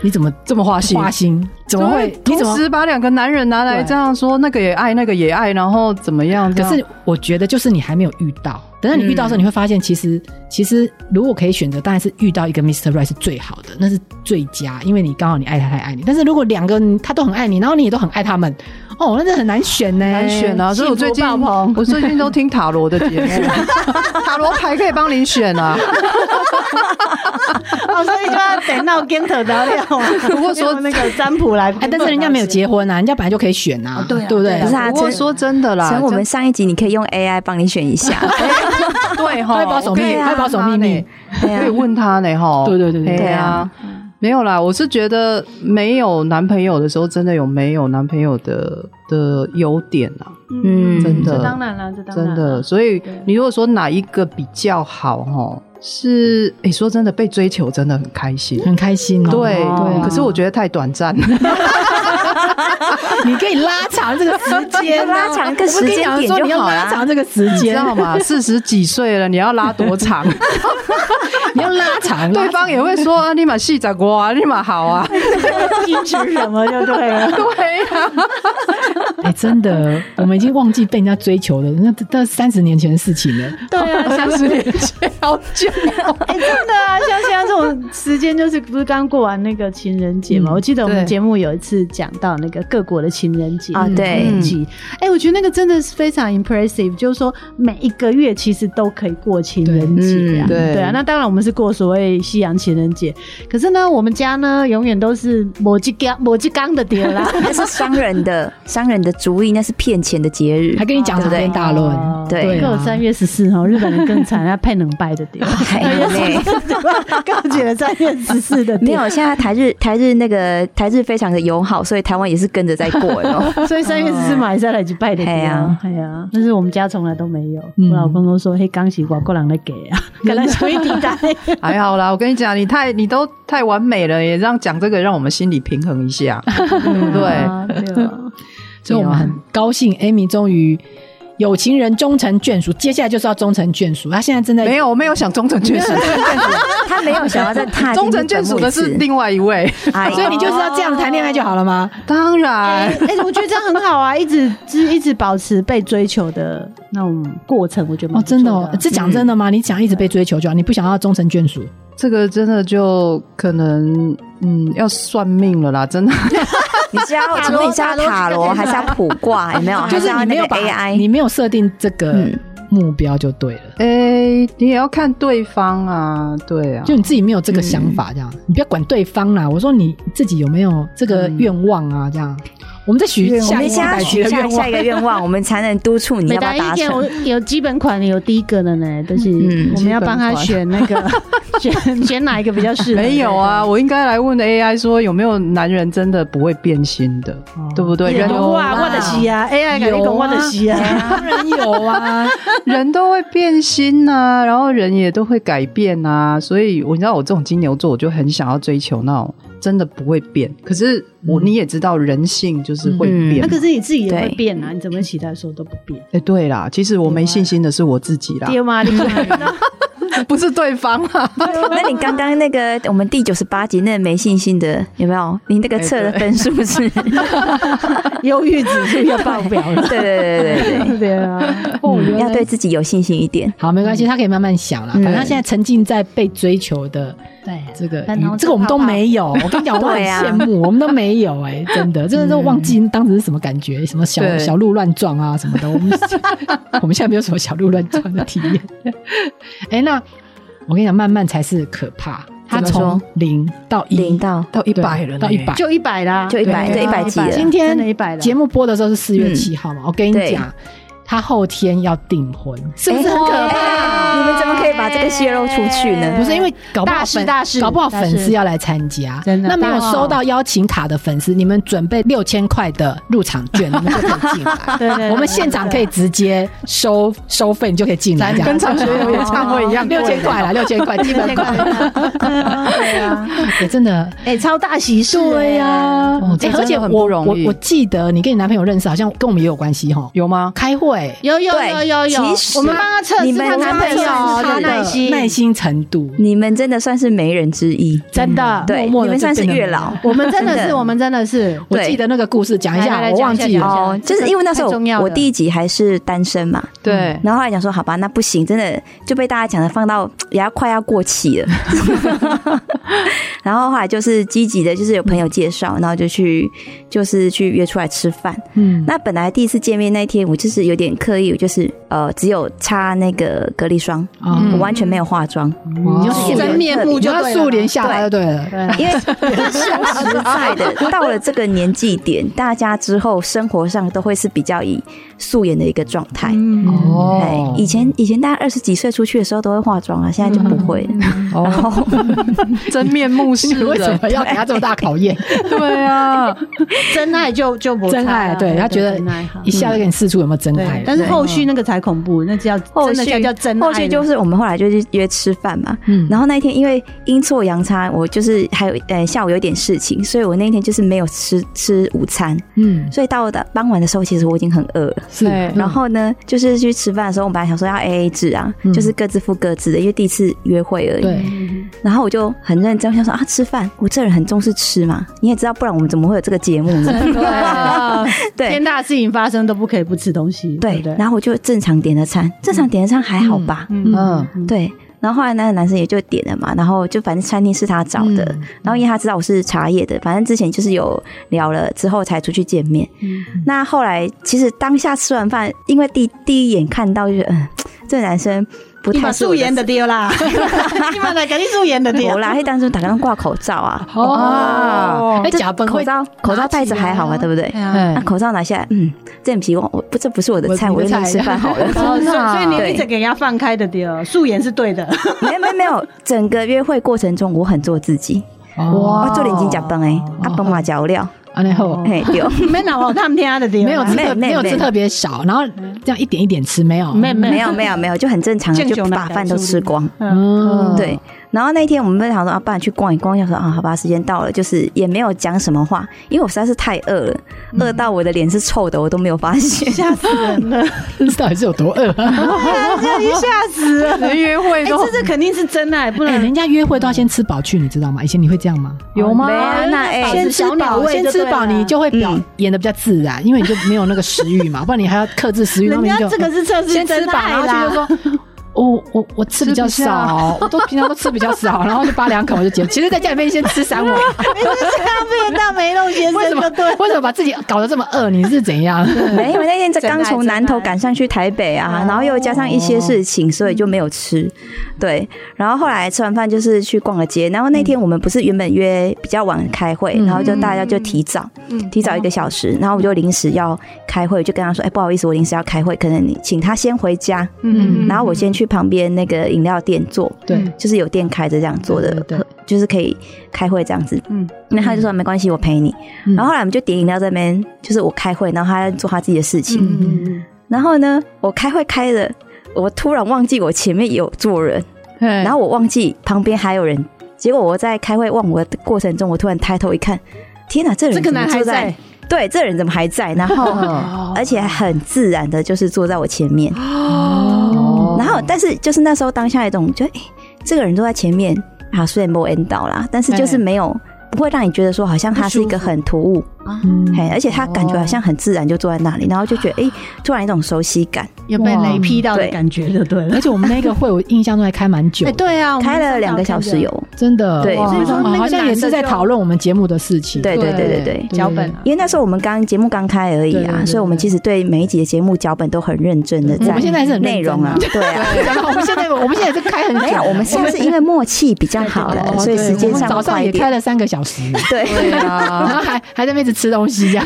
[SPEAKER 1] 你怎么
[SPEAKER 3] 这么花心，
[SPEAKER 1] 花心，怎么会？你
[SPEAKER 3] 同
[SPEAKER 1] 怎么？
[SPEAKER 3] 时把两个男人拿来
[SPEAKER 1] 对
[SPEAKER 3] 这样说，那个也爱，那个也爱，然后怎么样？
[SPEAKER 1] 可
[SPEAKER 3] 这
[SPEAKER 1] 是
[SPEAKER 3] 样
[SPEAKER 1] 我觉得就是你还没有遇到，等到你遇到的时候，你会发现其实、其实如果可以选择，当然是遇到一个 Mr. Right 是最好的，那是最佳，因为你刚好你爱他，他也爱你。但是如果两个人他都很爱你，然后你也都很爱他们，哦，那真的很难选呢、
[SPEAKER 3] 很难选
[SPEAKER 1] 哎
[SPEAKER 3] 啊！所以我最近
[SPEAKER 2] 幸福爆棚
[SPEAKER 3] (laughs) 我最近都听塔罗的
[SPEAKER 1] (laughs)
[SPEAKER 3] 节目，塔罗牌可以帮你选啊。
[SPEAKER 2] 哦，所以就 (laughs) 要得闹跟头的料啊。
[SPEAKER 3] 不过说
[SPEAKER 2] 用那个占卜来，
[SPEAKER 1] 哎，但是人家没有结婚啊，人家本来就可以选啊，
[SPEAKER 2] 哦对啊
[SPEAKER 1] 不对？
[SPEAKER 4] 可是啊，
[SPEAKER 3] 不过
[SPEAKER 4] 陈
[SPEAKER 3] 说真的啦，
[SPEAKER 4] 陈，我
[SPEAKER 3] 真
[SPEAKER 4] 们上一集你可以用 AI 帮你选一下，
[SPEAKER 3] 对
[SPEAKER 1] 他
[SPEAKER 3] 哈，
[SPEAKER 1] 会保守
[SPEAKER 3] 我
[SPEAKER 1] 秘
[SPEAKER 3] 可以欸
[SPEAKER 1] 密，
[SPEAKER 4] 对啊
[SPEAKER 1] 他会保守秘密。
[SPEAKER 4] 对
[SPEAKER 3] 可以
[SPEAKER 4] 啊，
[SPEAKER 3] 问他呢哈。
[SPEAKER 1] 对对对对
[SPEAKER 4] 对
[SPEAKER 3] 啊
[SPEAKER 4] 啊。
[SPEAKER 3] 没有啦，我是觉得没有男朋友的时候，真的有没有男朋友的的优点啊，
[SPEAKER 4] 嗯
[SPEAKER 3] 真
[SPEAKER 2] 这
[SPEAKER 3] 的
[SPEAKER 2] 当
[SPEAKER 1] 啊
[SPEAKER 2] 然了，这当然
[SPEAKER 3] 真
[SPEAKER 2] 啦 (laughs)
[SPEAKER 3] 的。所以
[SPEAKER 2] 对
[SPEAKER 3] 你如果说哪一个比较好哈，是诶，说真的，被追求真的很开心。
[SPEAKER 1] 很开心哦。
[SPEAKER 3] 对，
[SPEAKER 1] 啊
[SPEAKER 3] 可是我觉得太短暂了。
[SPEAKER 1] 你可以拉长这个时间、啊，
[SPEAKER 4] 拉长个时间点
[SPEAKER 1] 我跟你讲说你
[SPEAKER 4] 就
[SPEAKER 1] 要
[SPEAKER 4] 好啦
[SPEAKER 1] 拉长这个时
[SPEAKER 3] (laughs) 你知
[SPEAKER 1] 间，
[SPEAKER 3] 道吗？四十几岁了，你要拉多长？
[SPEAKER 1] 你要拉长。
[SPEAKER 3] (laughs) 对方也会说啊，立马细仔瓜，啊，立马好啊。
[SPEAKER 2] 矜持什么就对了。
[SPEAKER 3] 对呀、
[SPEAKER 1] 哎、真的，我们已经忘记被人家追求了，那那三十年前的事情了。
[SPEAKER 2] 对啊，
[SPEAKER 3] 啊，
[SPEAKER 2] 想
[SPEAKER 3] 三十年前好久。
[SPEAKER 2] 哎、真的啊，像现在这种时间，就是不是刚过完那个情人节嘛？
[SPEAKER 1] 嗯
[SPEAKER 2] 我记得我
[SPEAKER 3] 对
[SPEAKER 2] 们节目有一次讲到那个各国的情人节
[SPEAKER 4] 啊对
[SPEAKER 2] 嗯集，哎、我觉得那个真的是非常 impressive，就是说每一个月其实都可以过情人节啊，
[SPEAKER 3] 对嗯对
[SPEAKER 2] 啊。那当然我们是过所谓西洋情人节，可是呢，我们家呢永远都是某几缸某几缸的碟啦。
[SPEAKER 4] (laughs) 那是商人的商人的主意，那是骗钱的节日
[SPEAKER 1] 还。跟你讲长篇大论，
[SPEAKER 4] 对
[SPEAKER 1] 对
[SPEAKER 2] 够
[SPEAKER 1] 啊
[SPEAKER 2] 哦三月十四号，日本人更惨，他配能败的碟，
[SPEAKER 4] 太
[SPEAKER 2] (laughs)
[SPEAKER 4] 累，
[SPEAKER 2] 告解了三月十四的
[SPEAKER 4] 没
[SPEAKER 2] 碟。
[SPEAKER 4] 有，现在台日 (laughs) 台日那个台日非常的友好，所以台湾也是跟着在过哟。
[SPEAKER 1] (laughs)
[SPEAKER 2] (laughs) 所以三月十四马来西亚去拜的
[SPEAKER 4] 嘿
[SPEAKER 2] 呀
[SPEAKER 4] 啊，
[SPEAKER 2] 哎呀，但是我们家从来都没有。
[SPEAKER 1] 嗯
[SPEAKER 2] 我老公都说，嘿，刚洗外国人来给啊，可能所以抵达。
[SPEAKER 3] 还好啦，我跟你讲，你太你都太完美了，也让讲这个让我们心里平衡一下，对不对？
[SPEAKER 2] 啊对啊，
[SPEAKER 1] 所以我们很高兴，Amy 终于有情人终成眷属，接下来就是要终成眷属。她现在正在
[SPEAKER 3] 没有，我没有想忠诚眷属，
[SPEAKER 4] 他没有想要再踏进
[SPEAKER 3] 忠诚
[SPEAKER 4] 日本
[SPEAKER 3] 眷属
[SPEAKER 4] 木
[SPEAKER 3] 的
[SPEAKER 4] 一
[SPEAKER 3] 是
[SPEAKER 4] 次
[SPEAKER 3] 另外一位。
[SPEAKER 4] 哎
[SPEAKER 1] 所以你就是要这样子谈恋爱就好了吗？
[SPEAKER 3] 当
[SPEAKER 2] 哎
[SPEAKER 3] 然，
[SPEAKER 2] 哎，我觉得这样很好啊，一直就是一直保持被追求的那种过程，我觉得蛮
[SPEAKER 1] 哦，
[SPEAKER 2] 不错啊嗯
[SPEAKER 1] 真的哦，这讲真的吗？你想一直被追求就好，你不想要终成眷属？
[SPEAKER 3] 这个真的就可能嗯要算命了啦，真的。 (laughs)
[SPEAKER 4] 你是要请问你是要塔罗还是要卜
[SPEAKER 1] (laughs)
[SPEAKER 4] 卦？有没有？
[SPEAKER 1] 就是
[SPEAKER 4] 还
[SPEAKER 1] 你没
[SPEAKER 4] 要那
[SPEAKER 1] 有
[SPEAKER 4] 个
[SPEAKER 1] 把
[SPEAKER 4] AI
[SPEAKER 1] 你没有设定这个
[SPEAKER 4] 嗯
[SPEAKER 1] 目标就对了。
[SPEAKER 3] 哎、你也要看对方啊，对啊，
[SPEAKER 1] 就你自己没有这个想法，这样、你不要管对方啦。我说你自己有没有这个愿望啊？这样，我们再许
[SPEAKER 3] 愿望
[SPEAKER 1] 下一
[SPEAKER 4] 你
[SPEAKER 1] 个
[SPEAKER 4] 先要
[SPEAKER 1] 百集
[SPEAKER 4] 许
[SPEAKER 1] 的
[SPEAKER 4] 下
[SPEAKER 1] 愿
[SPEAKER 4] 下
[SPEAKER 1] 望
[SPEAKER 4] 一。个愿望，我们才能督促你
[SPEAKER 2] 每
[SPEAKER 4] 要不要
[SPEAKER 2] 答一
[SPEAKER 4] 达
[SPEAKER 2] 天，
[SPEAKER 4] 成
[SPEAKER 2] 我。有基本款的，有第一个的呢，但是
[SPEAKER 4] 嗯
[SPEAKER 2] 我们要帮
[SPEAKER 3] 基本
[SPEAKER 2] 他
[SPEAKER 3] 款
[SPEAKER 2] 选那个选选哪一个比较适合。
[SPEAKER 3] 没有啊，我应该来问 AI 说有没有男人真的不会变心的，对不对？人
[SPEAKER 2] 有啊，我的是啊，AI 给你
[SPEAKER 3] 有啊
[SPEAKER 2] 讲我的是啊。
[SPEAKER 1] 当然有啊，
[SPEAKER 3] (laughs) 人都会变心呐、然后人也都会改变呐、所以我你知道我这种金牛座，我就很想要追求那种真的不会变。可是我、你也知道，人性就是会变嘛。
[SPEAKER 2] 那可是你自己也会
[SPEAKER 4] 对
[SPEAKER 2] 变啊，你怎么会期待说都不变？
[SPEAKER 3] 哎、对啦，其实我没信心的是我自己啦，
[SPEAKER 2] 爹
[SPEAKER 4] (laughs)
[SPEAKER 2] 妈，你看
[SPEAKER 3] (laughs) 不是对方啊啦。
[SPEAKER 4] 那你刚刚那个我们第九十八集那没信心的有没有？你那个测的分数是？
[SPEAKER 1] 哎
[SPEAKER 2] 忧郁指
[SPEAKER 4] (laughs)
[SPEAKER 2] 数要爆表了。
[SPEAKER 4] 对对对对对
[SPEAKER 2] (laughs) 对啊，
[SPEAKER 1] 哦，原
[SPEAKER 4] 对，
[SPEAKER 1] 来
[SPEAKER 4] 要对自己有信心一点。
[SPEAKER 1] 好没关系，他可以慢慢想啦。反正他现在沉浸在被追求的
[SPEAKER 2] 对
[SPEAKER 1] 这个
[SPEAKER 2] 但他们，
[SPEAKER 1] 这个我们都没
[SPEAKER 4] (laughs)
[SPEAKER 1] 有。我跟你讲，我很
[SPEAKER 4] 对啊嗯
[SPEAKER 1] 羡慕，我们都没有哎，真的，真的都忘记当时是什么感觉，什么小
[SPEAKER 3] 对
[SPEAKER 1] 小鹿乱撞啊什么的。我们 (laughs) 我们现在没有什么小鹿乱撞的体验。哎，那我跟你讲，慢慢才是可怕。他
[SPEAKER 4] 怎么说
[SPEAKER 1] 从零到一，
[SPEAKER 4] 零到哎
[SPEAKER 3] 到一
[SPEAKER 1] 对
[SPEAKER 3] 百人
[SPEAKER 1] 到
[SPEAKER 3] 呢
[SPEAKER 1] 一百，
[SPEAKER 2] 就一百啦，
[SPEAKER 4] 啊就一百，
[SPEAKER 1] 对
[SPEAKER 4] 对一
[SPEAKER 1] 啊
[SPEAKER 4] 百集
[SPEAKER 2] 一百
[SPEAKER 4] 了嗯
[SPEAKER 1] 今。天
[SPEAKER 2] 真的100了
[SPEAKER 1] 节目播的时候是四月七号嘛，我跟你
[SPEAKER 4] 对哎
[SPEAKER 1] 讲，他后天要订婚，是不是很可怕？
[SPEAKER 4] 你们怎么可以把这个泄露出去呢？
[SPEAKER 1] 不是因为搞不好
[SPEAKER 2] 大事
[SPEAKER 1] 粉
[SPEAKER 2] 大事
[SPEAKER 1] 搞不好
[SPEAKER 2] 大
[SPEAKER 1] 粉丝
[SPEAKER 2] 事
[SPEAKER 1] 要来参加，
[SPEAKER 2] 真的
[SPEAKER 1] 那没有
[SPEAKER 2] 大事
[SPEAKER 1] 收到邀请卡的粉丝，你们准备六千块的入场券，你们就可以进来。
[SPEAKER 2] 对对对
[SPEAKER 1] 啊我们现场可以直接收收费，你就可以进来，这
[SPEAKER 3] 跟
[SPEAKER 1] 样
[SPEAKER 3] 常学友演唱会一样贵
[SPEAKER 1] 六千块啦，六千块，基本款，
[SPEAKER 4] (laughs)
[SPEAKER 2] 对啊，
[SPEAKER 1] 也真的。
[SPEAKER 2] 哎，超大喜事，
[SPEAKER 1] 对呀、
[SPEAKER 3] 哦这
[SPEAKER 1] 哎
[SPEAKER 3] 真的
[SPEAKER 1] 而且
[SPEAKER 3] 很
[SPEAKER 1] 我
[SPEAKER 3] 不容易
[SPEAKER 1] 我我记得你跟你男朋友认识，好像跟我们也有关系哈。
[SPEAKER 3] 有吗？
[SPEAKER 1] 开会，
[SPEAKER 2] 有有
[SPEAKER 4] 对
[SPEAKER 2] 有有有
[SPEAKER 4] 其，实
[SPEAKER 2] 我们帮他测
[SPEAKER 4] 你
[SPEAKER 2] 试
[SPEAKER 4] 们
[SPEAKER 2] 她男朋友
[SPEAKER 4] 真的
[SPEAKER 2] 她耐心
[SPEAKER 1] 耐，心程度，
[SPEAKER 4] 你们真的算是媒人之一，
[SPEAKER 2] 真的，
[SPEAKER 4] 对，
[SPEAKER 1] 默默
[SPEAKER 4] 你
[SPEAKER 1] 地
[SPEAKER 4] 们
[SPEAKER 1] 就
[SPEAKER 4] 算是
[SPEAKER 1] 变得
[SPEAKER 4] 月
[SPEAKER 1] 媒
[SPEAKER 4] 老。
[SPEAKER 2] 我们真的
[SPEAKER 4] 真
[SPEAKER 2] 是，
[SPEAKER 4] 的
[SPEAKER 2] 我们真的是，
[SPEAKER 1] 我
[SPEAKER 4] 对
[SPEAKER 1] 记得那个故事讲一
[SPEAKER 2] 来来
[SPEAKER 1] 下，
[SPEAKER 2] 来
[SPEAKER 1] 我
[SPEAKER 2] 讲
[SPEAKER 1] 忘
[SPEAKER 2] 一下
[SPEAKER 1] 记
[SPEAKER 2] 讲一
[SPEAKER 1] 了
[SPEAKER 2] 下。
[SPEAKER 4] 哦，就是因为那时候
[SPEAKER 2] 太重要
[SPEAKER 4] 我
[SPEAKER 2] 了
[SPEAKER 4] 我第一集还是单身嘛，
[SPEAKER 3] 对，
[SPEAKER 4] 然后后来讲说好吧，那不行，真的就被大家讲的放到也要快要过期了。 (laughs) 然后后来就是积极的，就是有朋友介绍，然后就去就是去约出来吃饭。
[SPEAKER 1] 嗯，
[SPEAKER 4] 那本来第一次见面那一天，我就是有点刻意，我就是呃只有擦那个隔离霜，
[SPEAKER 1] 嗯
[SPEAKER 4] 我完全没有化
[SPEAKER 2] (laughs)
[SPEAKER 4] 妆，
[SPEAKER 1] 你要
[SPEAKER 4] 哦
[SPEAKER 1] 素
[SPEAKER 2] 真
[SPEAKER 1] 颜，
[SPEAKER 2] 面目
[SPEAKER 1] 你
[SPEAKER 2] 就
[SPEAKER 1] 要
[SPEAKER 2] 对了
[SPEAKER 1] 素颜下来就对了。
[SPEAKER 2] 对
[SPEAKER 4] 因为说实在
[SPEAKER 2] (laughs)
[SPEAKER 4] 的，到了这个年纪点，大家之后生活上都会是比较以素颜的一个状态。
[SPEAKER 2] 嗯，
[SPEAKER 4] 哎，
[SPEAKER 3] 哦，
[SPEAKER 4] 以前以前大家二十几岁出去的时候都会化妆
[SPEAKER 2] 嗯
[SPEAKER 4] 啊，现在就不会了。然
[SPEAKER 3] 哦，
[SPEAKER 4] 后
[SPEAKER 3] 真面目
[SPEAKER 1] (laughs)
[SPEAKER 3] 是
[SPEAKER 1] 你为什
[SPEAKER 3] 人，
[SPEAKER 1] 么要给他这么大考验？
[SPEAKER 3] 对啊，
[SPEAKER 2] 真爱就就不
[SPEAKER 1] (laughs)
[SPEAKER 2] 啊
[SPEAKER 1] 真爱，啊对他觉得
[SPEAKER 2] 真爱好
[SPEAKER 1] 一下就给你试出有没有真爱
[SPEAKER 2] 对，。但是
[SPEAKER 1] 对嗯
[SPEAKER 2] 后续那个才恐怖，那叫
[SPEAKER 4] 后
[SPEAKER 2] 真的
[SPEAKER 4] 续
[SPEAKER 2] 叫叫真爱了，
[SPEAKER 4] 后续就是我们后来就去约吃饭嘛，
[SPEAKER 1] 嗯
[SPEAKER 4] 然后那一天因为阴错阳差，我就是还有呃下午有点事情，所以我那一天就是没有吃吃午餐，
[SPEAKER 1] 嗯
[SPEAKER 4] 所以到了傍晚的时候，其实我已经很饿了。
[SPEAKER 1] 是，
[SPEAKER 3] 对
[SPEAKER 1] 嗯
[SPEAKER 4] 然后呢，就是去吃饭的时候，我们本来想说要 A A 制啊，
[SPEAKER 1] 嗯
[SPEAKER 4] 就是各自付各自的，因为第一次约会而已。
[SPEAKER 1] 对 (laughs)
[SPEAKER 2] 嗯
[SPEAKER 4] 然后我就很认真，我想说啊，吃饭，我这人很重视吃嘛，你也知道，不然我们怎么会有这个节目呢？ (laughs)
[SPEAKER 1] (laughs) 啊
[SPEAKER 2] 对，
[SPEAKER 4] 对
[SPEAKER 2] (laughs) 天大的事情发生都不可以不吃东西，对
[SPEAKER 4] 对
[SPEAKER 2] 不对，
[SPEAKER 4] 然后我就正常点的餐，正常点的餐还好吧？
[SPEAKER 1] 哦
[SPEAKER 3] 嗯，
[SPEAKER 4] 对。然后后来那个男生也就点了嘛，然后就反正餐厅是他找的，
[SPEAKER 1] 嗯
[SPEAKER 4] 然后因为他知道我是茶叶的，反正之前就是有聊了之后才出去见面。
[SPEAKER 2] 嗯
[SPEAKER 4] 那后来其实当下吃完饭，因为第第一眼看到就觉得，嗯，这男生不
[SPEAKER 2] 你
[SPEAKER 4] 太
[SPEAKER 2] 把
[SPEAKER 4] 是
[SPEAKER 2] 素
[SPEAKER 4] 我
[SPEAKER 2] 颜的
[SPEAKER 4] (laughs)
[SPEAKER 2] 丢啦，你把那肯定素颜的丢
[SPEAKER 4] 我，
[SPEAKER 2] (laughs)
[SPEAKER 4] 啦，嘿，当初打算挂口罩啊，
[SPEAKER 1] 哦，哎，假崩
[SPEAKER 4] 口
[SPEAKER 1] 会
[SPEAKER 4] 罩口罩戴着还好嘛，啊对不对？
[SPEAKER 2] 哎。
[SPEAKER 4] 那
[SPEAKER 1] 哎
[SPEAKER 4] 口罩拿下来，嗯，这不行，我我不这不是我的菜，
[SPEAKER 1] 我
[SPEAKER 4] 我
[SPEAKER 1] 你的菜
[SPEAKER 4] 就来吃饭好了
[SPEAKER 2] (laughs) 哦，所以所以
[SPEAKER 4] 对
[SPEAKER 2] 你一直给人家放开的丢，素颜是
[SPEAKER 4] (laughs)
[SPEAKER 2] 对的，
[SPEAKER 4] 没有没有没有，整个约会过程中我很做自己，
[SPEAKER 1] 哇
[SPEAKER 4] 我做脸筋假崩哎，啊崩嘛脚料，
[SPEAKER 1] 啊，然后
[SPEAKER 4] 嘿丢，
[SPEAKER 2] 没拿我他们听的丢，
[SPEAKER 1] 没有啊吃
[SPEAKER 4] 没有
[SPEAKER 1] 特
[SPEAKER 4] 没
[SPEAKER 1] 没有
[SPEAKER 4] 有
[SPEAKER 1] 吃
[SPEAKER 4] 没有
[SPEAKER 1] 特别少，然后这样一点一点吃没有，
[SPEAKER 2] 没没
[SPEAKER 4] 没有没有没有，就很正常的
[SPEAKER 2] 见
[SPEAKER 4] 就
[SPEAKER 2] 熊拿
[SPEAKER 4] 把
[SPEAKER 2] 表
[SPEAKER 4] 饭都
[SPEAKER 2] 是不
[SPEAKER 4] 吃
[SPEAKER 2] 是
[SPEAKER 4] 光。
[SPEAKER 1] (laughs) 嗯，
[SPEAKER 4] 对，然后那一天我们本来想说啊，不然去逛一逛，想说啊，好吧，时间到了，就是也没有讲什么话，因为我实在是太饿了，饿到我的脸是臭的，我都没有发现。
[SPEAKER 2] 吓死人了，
[SPEAKER 1] 到底是有多饿啊？
[SPEAKER 2] 哎这一吓
[SPEAKER 4] (laughs)
[SPEAKER 2] 死人。
[SPEAKER 3] 连约会
[SPEAKER 2] 哎，
[SPEAKER 3] 都
[SPEAKER 2] 这这肯定是真爱，不
[SPEAKER 1] 哎，
[SPEAKER 2] 能
[SPEAKER 1] 人家约会都要先吃饱去，你知道吗？以前你会这样吗？
[SPEAKER 3] 有吗
[SPEAKER 4] 没？啊，那哎、
[SPEAKER 2] 先
[SPEAKER 1] 先
[SPEAKER 2] 吃
[SPEAKER 1] 吃
[SPEAKER 2] 饱
[SPEAKER 1] 饱，
[SPEAKER 2] 喂
[SPEAKER 1] 先
[SPEAKER 2] 就
[SPEAKER 1] 吃
[SPEAKER 2] 对
[SPEAKER 1] 饱，
[SPEAKER 2] 了
[SPEAKER 1] 你就会表
[SPEAKER 4] 嗯
[SPEAKER 1] 演的比较自然，因为你就没有那个食欲嘛，不然你还要克制食欲。
[SPEAKER 2] 人家
[SPEAKER 1] 然后你就嗯
[SPEAKER 2] 这个是测试
[SPEAKER 1] 先吃
[SPEAKER 2] 真
[SPEAKER 1] 饱，
[SPEAKER 2] 爱
[SPEAKER 1] 然
[SPEAKER 2] 啦。
[SPEAKER 1] 后去就说。我我我吃比较少，我都平常都吃比较少，然后就扒两口就结。其实，在家里面先吃三碗，
[SPEAKER 2] 你 (laughs) 哎是咖啡大梅肉先
[SPEAKER 1] 为什
[SPEAKER 2] 生
[SPEAKER 1] 么
[SPEAKER 2] 就对，
[SPEAKER 1] 为什么把自己搞得这么饿？你是怎样？
[SPEAKER 4] (laughs) 没有，那天这
[SPEAKER 2] 真爱
[SPEAKER 4] 刚从南头赶上去台北啊，然后又加上一些事情，所以就没有吃。对，然后后来吃完饭就是去逛了街，然后那天我们不是原本约比较晚开会，
[SPEAKER 1] 嗯
[SPEAKER 4] 然后就大家就提早，
[SPEAKER 2] 嗯
[SPEAKER 4] 提早一个小时，然后我就临时要开会，我就跟他说，哎，不好意思，我临时要开会，可能你请他先回家，
[SPEAKER 1] 嗯
[SPEAKER 4] 然后我先去旁边那个饮料店坐，
[SPEAKER 1] (laughs) 对，
[SPEAKER 4] 就是有店开着这样坐的，
[SPEAKER 1] 对对对
[SPEAKER 4] 就是可以开会这样子。
[SPEAKER 2] 嗯
[SPEAKER 4] 嗯，那他就说没关系，我陪你。
[SPEAKER 1] 嗯
[SPEAKER 4] 然后后来我们就点饮料这边，就是我开会，然后他在做他自己的事情。
[SPEAKER 1] 嗯
[SPEAKER 4] 然后呢，我开会开的，我突然忘记我前面有坐人，然
[SPEAKER 3] 然
[SPEAKER 4] 后我忘记旁边还有人。结果我在开会忘我的过程中，我突然抬头一看，天哪，这人
[SPEAKER 2] 这个
[SPEAKER 4] 怎么
[SPEAKER 2] 男
[SPEAKER 4] 坐
[SPEAKER 2] 孩
[SPEAKER 4] 在
[SPEAKER 2] 在？，
[SPEAKER 4] 对，这人怎么还在？
[SPEAKER 1] (laughs)
[SPEAKER 4] 然后，而且很自然的，就是坐在我前面。
[SPEAKER 1] 哦
[SPEAKER 4] 然后，但是就是那时候当下有一种，就、诶这个人坐在前面啊，虽然没有 end 到啦，但是就是没有不会让你觉得说好像他是一个很突兀，
[SPEAKER 1] 嗯
[SPEAKER 4] 嘿，而且他感觉好像很自然就坐在那里，然后就觉得诶，突然一种熟悉感，
[SPEAKER 2] 有被雷劈到的
[SPEAKER 4] 对
[SPEAKER 2] 感觉就对了
[SPEAKER 1] 而。且我们那个会，我印象中还开蛮久
[SPEAKER 2] 哎，
[SPEAKER 1] 的，
[SPEAKER 2] 对啊，我们
[SPEAKER 4] 开了两个小时有，
[SPEAKER 1] 真的，
[SPEAKER 4] 对
[SPEAKER 1] 哇
[SPEAKER 4] 所以说
[SPEAKER 1] 哦
[SPEAKER 2] 那个
[SPEAKER 1] 好像也是在
[SPEAKER 2] 男的就
[SPEAKER 1] 讨论我们节目的事情，
[SPEAKER 4] 对对对对对。
[SPEAKER 2] 脚本啊
[SPEAKER 4] 因为那时候我们刚节目刚开而已
[SPEAKER 1] 对对
[SPEAKER 4] 啊，
[SPEAKER 1] 对
[SPEAKER 4] 所以我们其实对每一集的节目脚本都很认真的
[SPEAKER 1] 我
[SPEAKER 4] 在
[SPEAKER 1] 们现在还是很认
[SPEAKER 4] 内容啊，对啊，
[SPEAKER 1] (laughs) 对，然后我们现在我们现在是开很
[SPEAKER 4] 没有，
[SPEAKER 1] 久，
[SPEAKER 4] 我们现在是因为默契比较好了，
[SPEAKER 1] 哦
[SPEAKER 4] 所
[SPEAKER 1] 嗯
[SPEAKER 4] 以
[SPEAKER 1] 啊对
[SPEAKER 4] 时间
[SPEAKER 1] 我们
[SPEAKER 4] 上
[SPEAKER 1] 早
[SPEAKER 4] 会
[SPEAKER 1] 上
[SPEAKER 4] 快一
[SPEAKER 1] 也开
[SPEAKER 4] 点。
[SPEAKER 1] 了三个小时，
[SPEAKER 4] 对，
[SPEAKER 3] 对啊
[SPEAKER 1] 然，后还还在那边一直吃东西这样，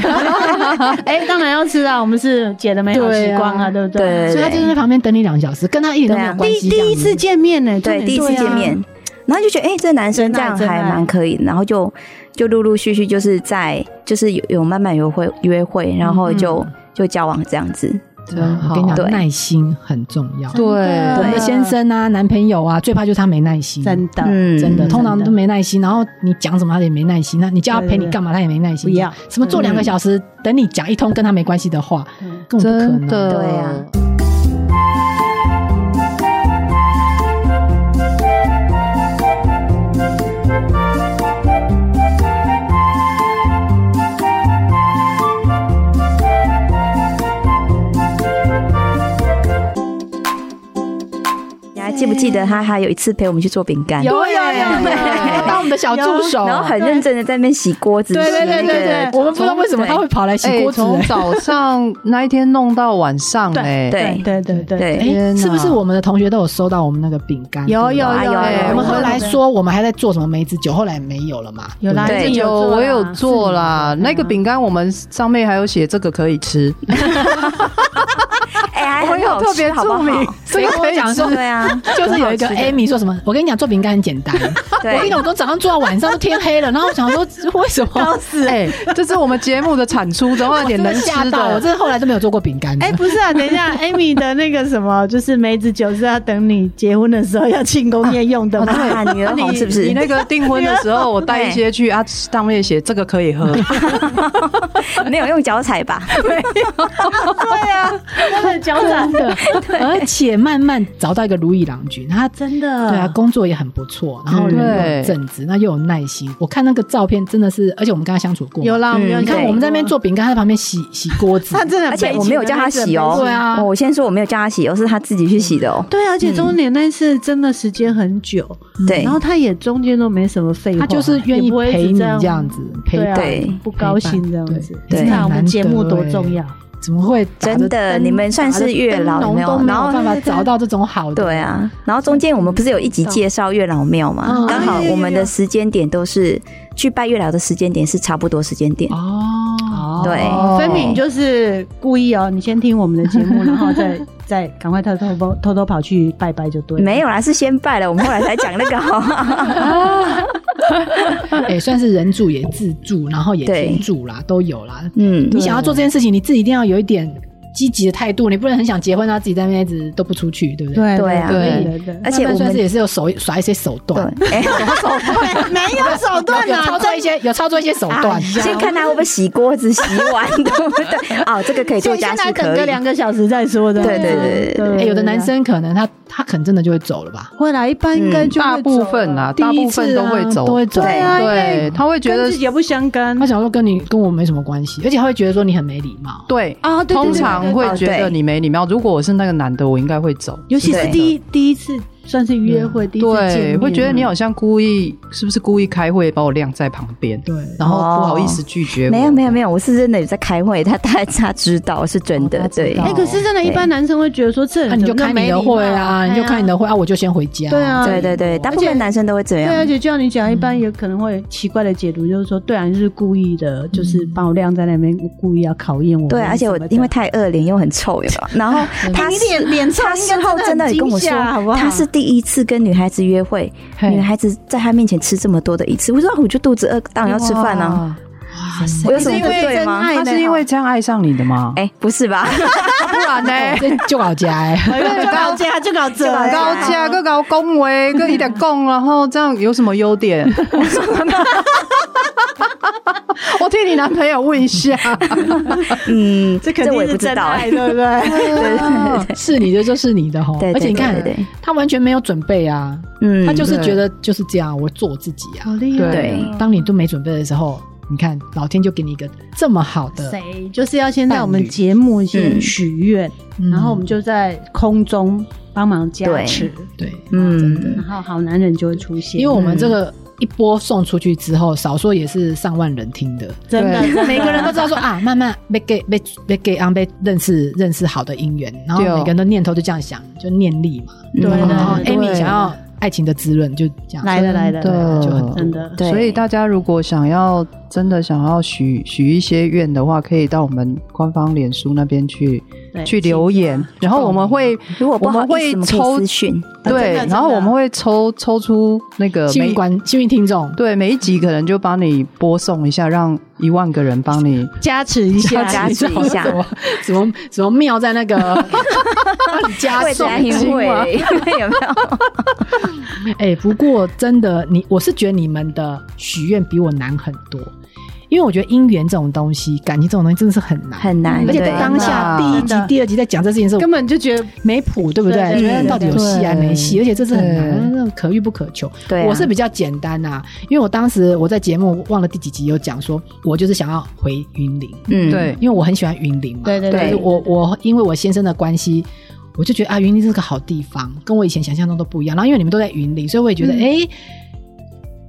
[SPEAKER 2] 哎，当然要吃啊，我们是姐的美好时光啊，对不
[SPEAKER 4] (laughs)
[SPEAKER 2] 对？
[SPEAKER 4] 对
[SPEAKER 1] 所以他就在旁边等你两个小时，跟他一点都没有关
[SPEAKER 2] 第
[SPEAKER 1] 系。
[SPEAKER 2] 一第一次见面呢，重
[SPEAKER 4] 对，
[SPEAKER 2] 点
[SPEAKER 4] 第一
[SPEAKER 1] 啊
[SPEAKER 4] 次见，面，然后就觉得哎、这男生这样
[SPEAKER 2] 真爱
[SPEAKER 4] 还
[SPEAKER 2] 真爱
[SPEAKER 4] 蛮可以的，然后就就陆陆续续就是在就是有有慢慢约会约会，然后
[SPEAKER 1] 嗯
[SPEAKER 4] 就、就交往这样子。
[SPEAKER 1] 这样啊
[SPEAKER 3] 哦
[SPEAKER 1] 我跟你
[SPEAKER 4] 对
[SPEAKER 1] 讲，耐心很重要。
[SPEAKER 3] 对
[SPEAKER 1] 我们的先生啊，男朋友啊，最怕就是他没耐心，
[SPEAKER 2] 真的
[SPEAKER 4] 嗯
[SPEAKER 1] 真的，通常
[SPEAKER 2] 真的
[SPEAKER 1] 都没耐心。然后你讲什么他也没耐心，那你叫他陪你干嘛他也没耐心。
[SPEAKER 2] 不要
[SPEAKER 1] 什么做两个小时，等你讲一通跟他没关系的话，根本不可
[SPEAKER 3] 真
[SPEAKER 1] 能。
[SPEAKER 3] 的，
[SPEAKER 4] 对啊你还记不记得他还有一次陪我们去做饼干？
[SPEAKER 1] 有有有，他啊当我们的小助手，
[SPEAKER 4] 然后很认真的在那边洗锅子，
[SPEAKER 1] 对对对对对，
[SPEAKER 4] 洗那个
[SPEAKER 1] 我们不知道为什么他会跑来洗
[SPEAKER 3] 哎，
[SPEAKER 1] 锅子。
[SPEAKER 3] 从
[SPEAKER 1] 哎
[SPEAKER 3] 早上那一天弄到
[SPEAKER 1] (laughs)
[SPEAKER 3] 晚上，哎，
[SPEAKER 4] 对
[SPEAKER 2] 对对对对，
[SPEAKER 4] 对
[SPEAKER 1] 哎，
[SPEAKER 3] 天哪
[SPEAKER 1] 是不是我们的同学都有收到我们那个饼干？
[SPEAKER 2] 有有
[SPEAKER 4] 哎
[SPEAKER 2] 有，
[SPEAKER 4] 有
[SPEAKER 3] 有
[SPEAKER 1] 我
[SPEAKER 2] 有
[SPEAKER 1] 们后来说我们还在做什么梅子酒，后来没有了嘛？
[SPEAKER 2] 有啦，
[SPEAKER 1] 对
[SPEAKER 4] 对
[SPEAKER 2] 一定
[SPEAKER 3] 有，
[SPEAKER 2] 做啦
[SPEAKER 3] 我有做啦。那个，
[SPEAKER 2] 是
[SPEAKER 3] 饼干我们上面还有写这个可以吃，
[SPEAKER 4] 哎，还
[SPEAKER 3] 我
[SPEAKER 4] 很
[SPEAKER 3] 有
[SPEAKER 4] 好
[SPEAKER 3] 特
[SPEAKER 4] 吃，
[SPEAKER 3] 别
[SPEAKER 4] 好不
[SPEAKER 3] 注明 (laughs)
[SPEAKER 4] 好？，
[SPEAKER 1] 谁跟我讲说
[SPEAKER 4] 对啊， (laughs)
[SPEAKER 1] 就是有一个
[SPEAKER 4] 很好吃的
[SPEAKER 1] Amy 说什么，我跟你讲做饼干很简单，我
[SPEAKER 4] 对
[SPEAKER 1] 跟你讲，我从早上做到晚上都天黑了，然后我想说为什么？
[SPEAKER 3] 是哎，这是我们节目的
[SPEAKER 1] (laughs)
[SPEAKER 3] 产出，总要有
[SPEAKER 1] 我
[SPEAKER 3] 点
[SPEAKER 1] 真的
[SPEAKER 3] 能
[SPEAKER 1] 吓
[SPEAKER 3] 吃
[SPEAKER 1] 到，我
[SPEAKER 3] 的。
[SPEAKER 1] 真的后来都没有做过饼干。
[SPEAKER 2] 哎，不是啊，等一下，Amy 的那个什么，就是梅子酒是要等你结婚的时候要庆功宴用的
[SPEAKER 4] (laughs)
[SPEAKER 2] 吗？
[SPEAKER 4] 啊，女儿红是不
[SPEAKER 3] 你
[SPEAKER 4] 是？
[SPEAKER 3] 那个订婚的时
[SPEAKER 1] (laughs)
[SPEAKER 3] 候，我带一些去啊，上面写这个可以喝，
[SPEAKER 4] 没有用脚踩吧？
[SPEAKER 2] 对啊，他的脚掌的，
[SPEAKER 1] 而且慢慢找到一个如意郎君，他真
[SPEAKER 2] (laughs) 真的，
[SPEAKER 1] 对啊，工作也很不错，然后人又很正直，那又有耐心。我看那个照片真的是，而且我们跟他相处过嘛，
[SPEAKER 2] 有啦，我们
[SPEAKER 4] 嗯
[SPEAKER 2] 有
[SPEAKER 1] 你看
[SPEAKER 4] 对
[SPEAKER 1] 我们在那边做饼干，他在旁边洗洗锅子
[SPEAKER 2] 他，真的很
[SPEAKER 4] 而
[SPEAKER 2] 悲情，
[SPEAKER 4] 且我没有叫他洗哦，
[SPEAKER 1] 对啊
[SPEAKER 4] 哦我先说我没有叫他洗哦，是他自己去洗的哦。
[SPEAKER 2] 对啊，而且中年那次真的时间很久，
[SPEAKER 4] 对
[SPEAKER 2] 嗯然后他也中间都没什么废话，
[SPEAKER 1] 他就是愿意
[SPEAKER 2] 也不会一直
[SPEAKER 1] 陪你
[SPEAKER 2] 这样
[SPEAKER 1] 这样子，陪
[SPEAKER 2] 对啊
[SPEAKER 1] 伴
[SPEAKER 4] 对
[SPEAKER 2] 不高兴这样子。
[SPEAKER 4] 对
[SPEAKER 2] 你看我
[SPEAKER 1] 很
[SPEAKER 2] 们
[SPEAKER 1] 难
[SPEAKER 2] 节目
[SPEAKER 1] 得
[SPEAKER 2] 多
[SPEAKER 1] 欸
[SPEAKER 2] 重要，
[SPEAKER 1] 怎么会打着
[SPEAKER 4] 真的
[SPEAKER 1] 灯
[SPEAKER 4] 你们算是月老
[SPEAKER 1] 打着灯
[SPEAKER 4] 没有
[SPEAKER 1] 笼都没
[SPEAKER 4] 然
[SPEAKER 1] 有
[SPEAKER 4] 后
[SPEAKER 1] 办法找到这种好的，
[SPEAKER 4] 对啊，然后中间我们不是有一集介绍月老庙吗
[SPEAKER 2] 哦
[SPEAKER 1] 嗯？
[SPEAKER 4] 刚好我们的时间点都是去拜月老的时间点是差不多时间点。
[SPEAKER 1] 哦，
[SPEAKER 3] 哦
[SPEAKER 4] 对
[SPEAKER 2] 分明就是故意哦。你先听我们的节目，然后再再赶快偷偷偷偷偷跑去拜拜就对了。
[SPEAKER 4] 没有啊啦，是先拜了，我们后来才讲那个哦
[SPEAKER 2] (laughs)
[SPEAKER 4] 好。
[SPEAKER 1] 哎，算是人助也自助，然后也
[SPEAKER 4] 对
[SPEAKER 1] 天助啦，都有啦。
[SPEAKER 4] 嗯，
[SPEAKER 1] 你想要做这件事情，你自己一定要有一点积极的态度，你不能很想结婚，然后自己在那边一直都不出去，对不对？
[SPEAKER 2] 对
[SPEAKER 4] 对啊
[SPEAKER 2] 对对，
[SPEAKER 4] 而且
[SPEAKER 1] 慢
[SPEAKER 4] 我
[SPEAKER 1] 慢算是
[SPEAKER 4] 们
[SPEAKER 1] 也是有手耍一些手
[SPEAKER 4] 对
[SPEAKER 1] 段，，
[SPEAKER 4] 哎， (laughs)
[SPEAKER 2] 没有手段
[SPEAKER 1] 有
[SPEAKER 2] 啊
[SPEAKER 1] 操，作一些有操作一些手段。
[SPEAKER 4] 哎
[SPEAKER 1] 哎
[SPEAKER 4] 先看他会不会洗锅子、洗碗，
[SPEAKER 2] (laughs)
[SPEAKER 4] 对不对？哦，这个可以做
[SPEAKER 2] 先
[SPEAKER 4] 家
[SPEAKER 2] 先
[SPEAKER 4] 事
[SPEAKER 2] 来等
[SPEAKER 4] 可
[SPEAKER 2] 个
[SPEAKER 4] 以。
[SPEAKER 2] 两个小时再说的。
[SPEAKER 4] 对对对对对
[SPEAKER 1] 哎有的男生可能他他可能真的就会走了吧，
[SPEAKER 2] 会来，一般应该就会
[SPEAKER 3] 嗯大部分啦，大
[SPEAKER 1] 第一
[SPEAKER 3] 部
[SPEAKER 1] 次啊
[SPEAKER 3] 分都会走
[SPEAKER 1] 都，会走。
[SPEAKER 2] 对啊
[SPEAKER 3] 对，他会觉
[SPEAKER 2] 跟
[SPEAKER 3] 得
[SPEAKER 2] 自己也不相干
[SPEAKER 4] 嗯
[SPEAKER 1] 他想说跟你跟我没什么关系，而且他会觉得说你很没礼貌。
[SPEAKER 3] 对
[SPEAKER 2] 啊。对对对
[SPEAKER 3] 通常会觉
[SPEAKER 4] 对
[SPEAKER 3] 得你没礼貌。如果我是那个男的，我应该会走，
[SPEAKER 2] 尤其是
[SPEAKER 4] 对
[SPEAKER 2] 第一第一次算是约会，第一次见
[SPEAKER 3] 对，
[SPEAKER 2] 面啊
[SPEAKER 3] 会觉得你好像故意，是不是故意开会把我晾在旁边，
[SPEAKER 1] 对，
[SPEAKER 3] 然后
[SPEAKER 4] 哦
[SPEAKER 3] 不好意思拒绝我？
[SPEAKER 4] 没有没有没有，我是真的有在开会，他他他知道是真的，对
[SPEAKER 2] 哎、可是真的，一般男生会觉得说这
[SPEAKER 1] 那
[SPEAKER 2] 人
[SPEAKER 1] 啊你就
[SPEAKER 2] 怎么
[SPEAKER 1] 开你
[SPEAKER 2] 没
[SPEAKER 1] 的
[SPEAKER 2] 礼貌
[SPEAKER 1] 会啊，你就开你的会啊，我就先回家。
[SPEAKER 2] 对啊
[SPEAKER 4] 对对对，大部分男生都会这
[SPEAKER 2] 对啊，而
[SPEAKER 4] 样。
[SPEAKER 2] 且就像你讲，一般也可能会奇怪的解读，就是说，对啊，你是故意的，就是把我晾在那边，故意要考验我。
[SPEAKER 4] 对，而且我因为太恶脸又很臭，有没有？然后他是
[SPEAKER 2] 脸
[SPEAKER 4] 他事后真的有跟我说，他是第一次跟女孩子约会，
[SPEAKER 3] 嘿
[SPEAKER 4] 女孩子在他面前吃这么多的一次，我说啊我就肚子饿，当然要吃饭啊，哎
[SPEAKER 3] 哇。
[SPEAKER 4] 我有什么不对吗？
[SPEAKER 3] 他是因为这样爱上你
[SPEAKER 4] (laughs)
[SPEAKER 3] 的吗？
[SPEAKER 4] 哎，不是吧？
[SPEAKER 3] 不然
[SPEAKER 1] 哎，
[SPEAKER 3] 呢？
[SPEAKER 1] 这就搞家哎，
[SPEAKER 2] 就搞家就搞这，
[SPEAKER 3] 高价，个高恭维，个一点供，然后这样有什么优点？ (laughs) 我替你男朋友问一下，
[SPEAKER 4] 嗯，
[SPEAKER 2] 这肯
[SPEAKER 4] 我
[SPEAKER 2] 定
[SPEAKER 4] 也
[SPEAKER 2] 是
[SPEAKER 4] 不知
[SPEAKER 2] 真
[SPEAKER 4] 道
[SPEAKER 2] 爱，
[SPEAKER 4] 哎。
[SPEAKER 2] 对不对？
[SPEAKER 1] 是你的就是你的吼
[SPEAKER 4] 对，对
[SPEAKER 1] 而且你看
[SPEAKER 4] 对对对
[SPEAKER 1] 他完全没有准备啊，
[SPEAKER 4] 嗯，
[SPEAKER 1] 他就是觉得就是这样，我做我自己啊。
[SPEAKER 2] 好厉害，
[SPEAKER 4] 对
[SPEAKER 1] 当你都没准备的时候，你看老天就给你一个这么好的，
[SPEAKER 2] 谁就是要先在我们节目先许愿，
[SPEAKER 1] 嗯
[SPEAKER 2] 然后我们就在空中帮忙加持，
[SPEAKER 1] 对，
[SPEAKER 4] 嗯
[SPEAKER 2] 然，后好男人就会出现。
[SPEAKER 1] 因为我们这个一波送出去之后，少说也是上万人听的，
[SPEAKER 2] 真的
[SPEAKER 3] 对
[SPEAKER 2] 真的
[SPEAKER 1] 每个人都知道说啊，慢慢被给被被给安被认识认识好的姻缘，然后
[SPEAKER 3] 对哦
[SPEAKER 1] 每个人的念头就这样想，就念力嘛。
[SPEAKER 4] 嗯对
[SPEAKER 2] 对
[SPEAKER 1] 然后
[SPEAKER 2] 的对
[SPEAKER 1] 哦 Amy 想要爱情的滋润，就这样
[SPEAKER 2] 来了来了，
[SPEAKER 3] 的
[SPEAKER 1] 就很
[SPEAKER 2] 真的。
[SPEAKER 4] 对
[SPEAKER 3] 所以大家如果想要真的想要许许一些愿的话，可以到我们官方脸书那边去
[SPEAKER 2] 对
[SPEAKER 3] 去留言，然后我们会
[SPEAKER 4] 如果不
[SPEAKER 3] 我
[SPEAKER 4] 好
[SPEAKER 3] 们
[SPEAKER 4] 意
[SPEAKER 3] 会
[SPEAKER 4] 思，我们可以
[SPEAKER 3] 抽
[SPEAKER 4] 私讯。
[SPEAKER 3] 对，
[SPEAKER 2] 真的
[SPEAKER 3] 然后我们会抽抽出那个
[SPEAKER 1] 幸
[SPEAKER 3] 每
[SPEAKER 1] 运观幸运听众，
[SPEAKER 3] 呃对每一集可能就帮你播送一下，让一万个人帮你。
[SPEAKER 2] 加持一下，
[SPEAKER 4] 加持一下
[SPEAKER 1] 怎么怎么怎么妙在那个帮你加
[SPEAKER 4] 会
[SPEAKER 1] 送
[SPEAKER 4] 加
[SPEAKER 1] 金
[SPEAKER 4] 因为
[SPEAKER 1] 吗
[SPEAKER 4] 有没有？
[SPEAKER 1] 哎、不过真的，你我是觉得你们的许愿比我难很多，因为我觉得姻缘这种东西，感情这种东西真的是很难。
[SPEAKER 4] 很难，
[SPEAKER 1] 而且
[SPEAKER 4] 对
[SPEAKER 1] 当下第一集
[SPEAKER 2] 真、的
[SPEAKER 1] 第二集在讲这事情的时候，
[SPEAKER 2] 根本就觉得
[SPEAKER 1] 没谱，对不对？
[SPEAKER 2] 对
[SPEAKER 1] 觉得
[SPEAKER 2] 对
[SPEAKER 1] 到底有戏还
[SPEAKER 3] 对
[SPEAKER 1] 没戏，而且这是很难，
[SPEAKER 3] 对
[SPEAKER 1] 那种可遇不可求。
[SPEAKER 4] 对啊
[SPEAKER 1] 我是比较简单啊，因为我当时我在节目忘了第几集有讲说，我就是想要回云林，
[SPEAKER 4] 嗯，
[SPEAKER 3] 对，
[SPEAKER 1] 因为我很喜欢云林嘛。
[SPEAKER 2] 对对
[SPEAKER 1] 就是
[SPEAKER 4] 对
[SPEAKER 1] 我我因为我先生的关系，我就觉得啊，云林是个好地方，跟我以前想象中都不一样。然后因为你们都在云林，所以我也觉得哎、诶